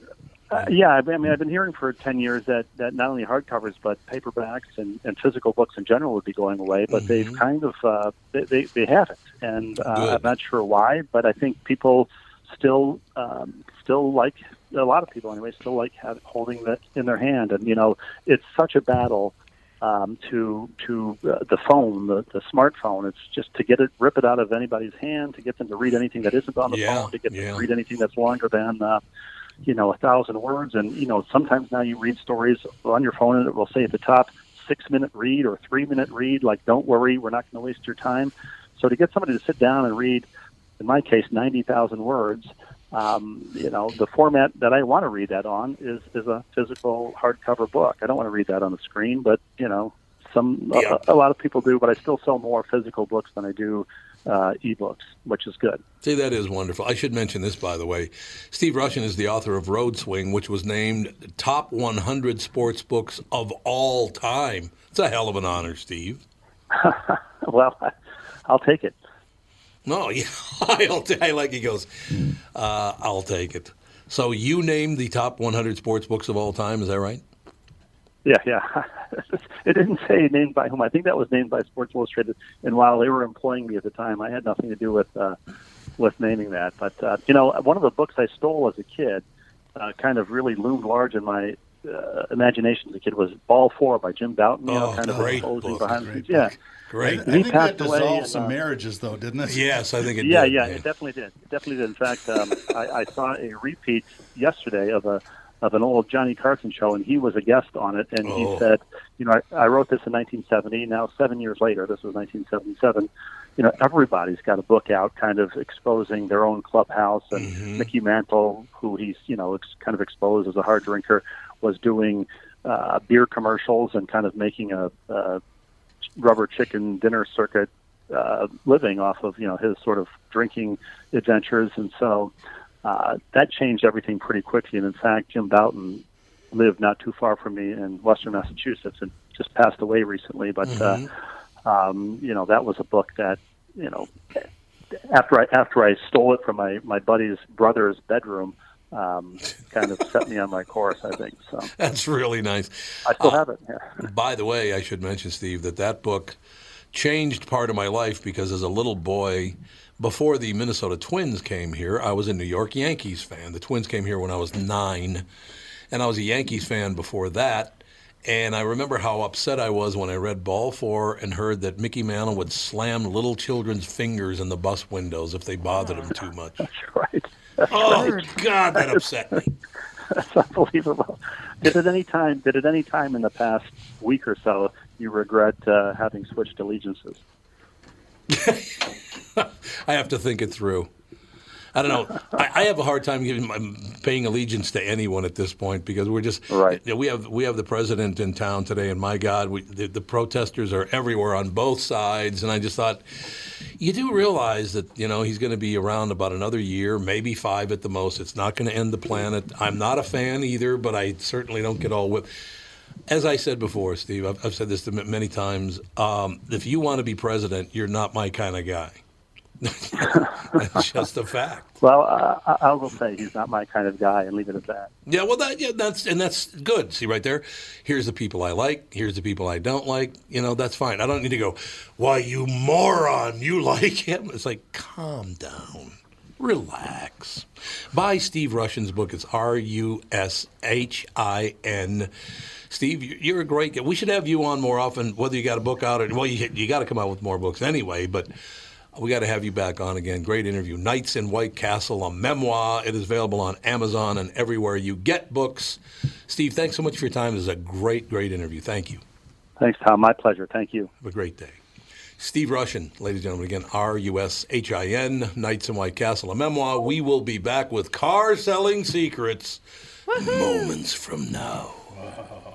S8: Uh, yeah, I mean, I've been hearing for 10 years that, that not only hardcovers, but paperbacks and, and physical books in general would be going away, but they've
S14: Mm-hmm.
S8: kind of, uh, they, they, they haven't. And uh, I'm not sure why, but I think people still, um, still like, a lot of people anyway, still like have, holding that in their hand. And, you know, it's such a battle. Um, to to uh, the phone, the, the smartphone. It's just to get it, rip it out of anybody's hand, to get them to read anything that isn't on the
S4: Yeah,
S8: phone, to get them
S4: yeah.
S8: to read anything that's longer than uh, you know, a thousand words. And, you know, sometimes now you read stories on your phone and it will say at the top, six minute read or three minute read. Like, don't worry, we're not going to waste your time. So to get somebody to sit down and read, in my case, 90,000 words, um, you know, the format that I want to read that on is, is a physical hardcover book. I don't want to read that on the screen, but, you know, some
S4: Yeah.
S8: a, a lot of people do, but I still sell more physical books than I do uh, ebooks, which is good.
S4: See, that is wonderful. I should mention this, by the way. Steve Russian is the author of Road Swing, which was named Top 100 Sports Books of All Time. It's a hell of an honor, Steve.
S8: well, I'll take it.
S4: No, yeah, I'll t- I like he goes, uh, I'll take it. So you named the top 100 sports books of all time, is that right?
S8: Yeah, yeah. it didn't say named by whom. I think that was named by Sports Illustrated. And while they were employing me at the time, I had nothing to do with uh, with naming that. But uh, you know, one of the books I stole as a kid uh, kind of really loomed large in my uh, imagination as a kid was Ball Four by Jim Bouton. You know,
S4: Oh,
S8: kind
S4: great
S8: of posing
S4: book.
S8: behind the
S4: Great
S8: scenes. Yeah,
S4: Great.
S8: I think He that passed away dissolved in,
S5: some
S8: uh,
S5: marriages, though, didn't it?
S4: Yes, I think it
S8: yeah,
S4: did.
S8: Yeah, it definitely did. It definitely did. In fact, um, I, I saw a repeat yesterday of a of an old Johnny Carson show, and he was a guest on it, and
S4: Oh.
S8: he said, you know, I, I wrote this in 1970. Now, seven years later, this was 1977. You know, everybody's got a book out, kind of exposing their own clubhouse, and Mickey Mantle, who he's you know ex- kind of exposed as a hard drinker, was doing uh, beer commercials and kind of making a, a rubber chicken dinner circuit uh, living off of you know his sort of drinking adventures, and so uh, that changed everything pretty quickly. And in fact, Jim Bouton lived not too far from me in Western Massachusetts and just passed away recently. But uh, um, you know that was a book that you know after I after I stole it from my my buddy's brother's bedroom. Um, kind of set me on my course, I think. So
S4: That's really nice. Oh,
S8: I still have it. Yeah.
S4: By the way, I should mention, Steve, that that book changed part of my life because as a little boy, before the Minnesota Twins came here, I was a New York Yankees fan. The Twins came here when I was nine, and I was a Yankees fan before that. And I remember how upset I was when I read Ball Four and heard that Mickey Mantle would slam little children's fingers in the bus windows if they bothered him too much. That's
S8: Ah. right.
S4: oh
S8: right.
S4: God, that upset me.
S8: That's unbelievable. Did at any time? Did at any time in the past week or so you regret uh, having switched allegiances?
S4: I have to think it through. I don't know. I, I have a hard time giving my, paying allegiance to anyone at this point because we're just right. We have we have the president in town today, and my God, we, the, the protesters are everywhere on both sides. And I just thought, you do realize that you know he's going to be around about another year, maybe five at the most. It's not going to end the planet. I'm not a fan either, but I certainly don't get all whipped. As I said before, Steve, I've, I've said this to m- many times. Um, if you want to be president, you're not my kind of guy. That's just a fact.
S8: Well, I, I- I will say he's not my kind of guy, and leave it at that.
S4: Yeah, well, that yeah, that's and that's good. See right there, here's the people I like. Here's the people I don't like. You know, that's fine. I don't need to go. Why, you moron! You like him? It's like calm down, relax. Buy Steve Russian's book. It's R U S H I N. Steve, you- you're a great guy. We should have you on more often. Whether you got a book out or well, you you got to come out with more books anyway, but. We got to have you back on again. Great interview. Knights in White Castle, a memoir. It is available on Amazon and everywhere you get books. Steve, thanks so much for your time. This is a great, great interview. Thank you.
S8: Thanks, Tom. My pleasure. Thank you.
S4: Have a great day. Steve Russian, ladies and gentlemen, again, R U S H I N, Knights in White Castle, a memoir. We will be back with car selling secrets moments from now.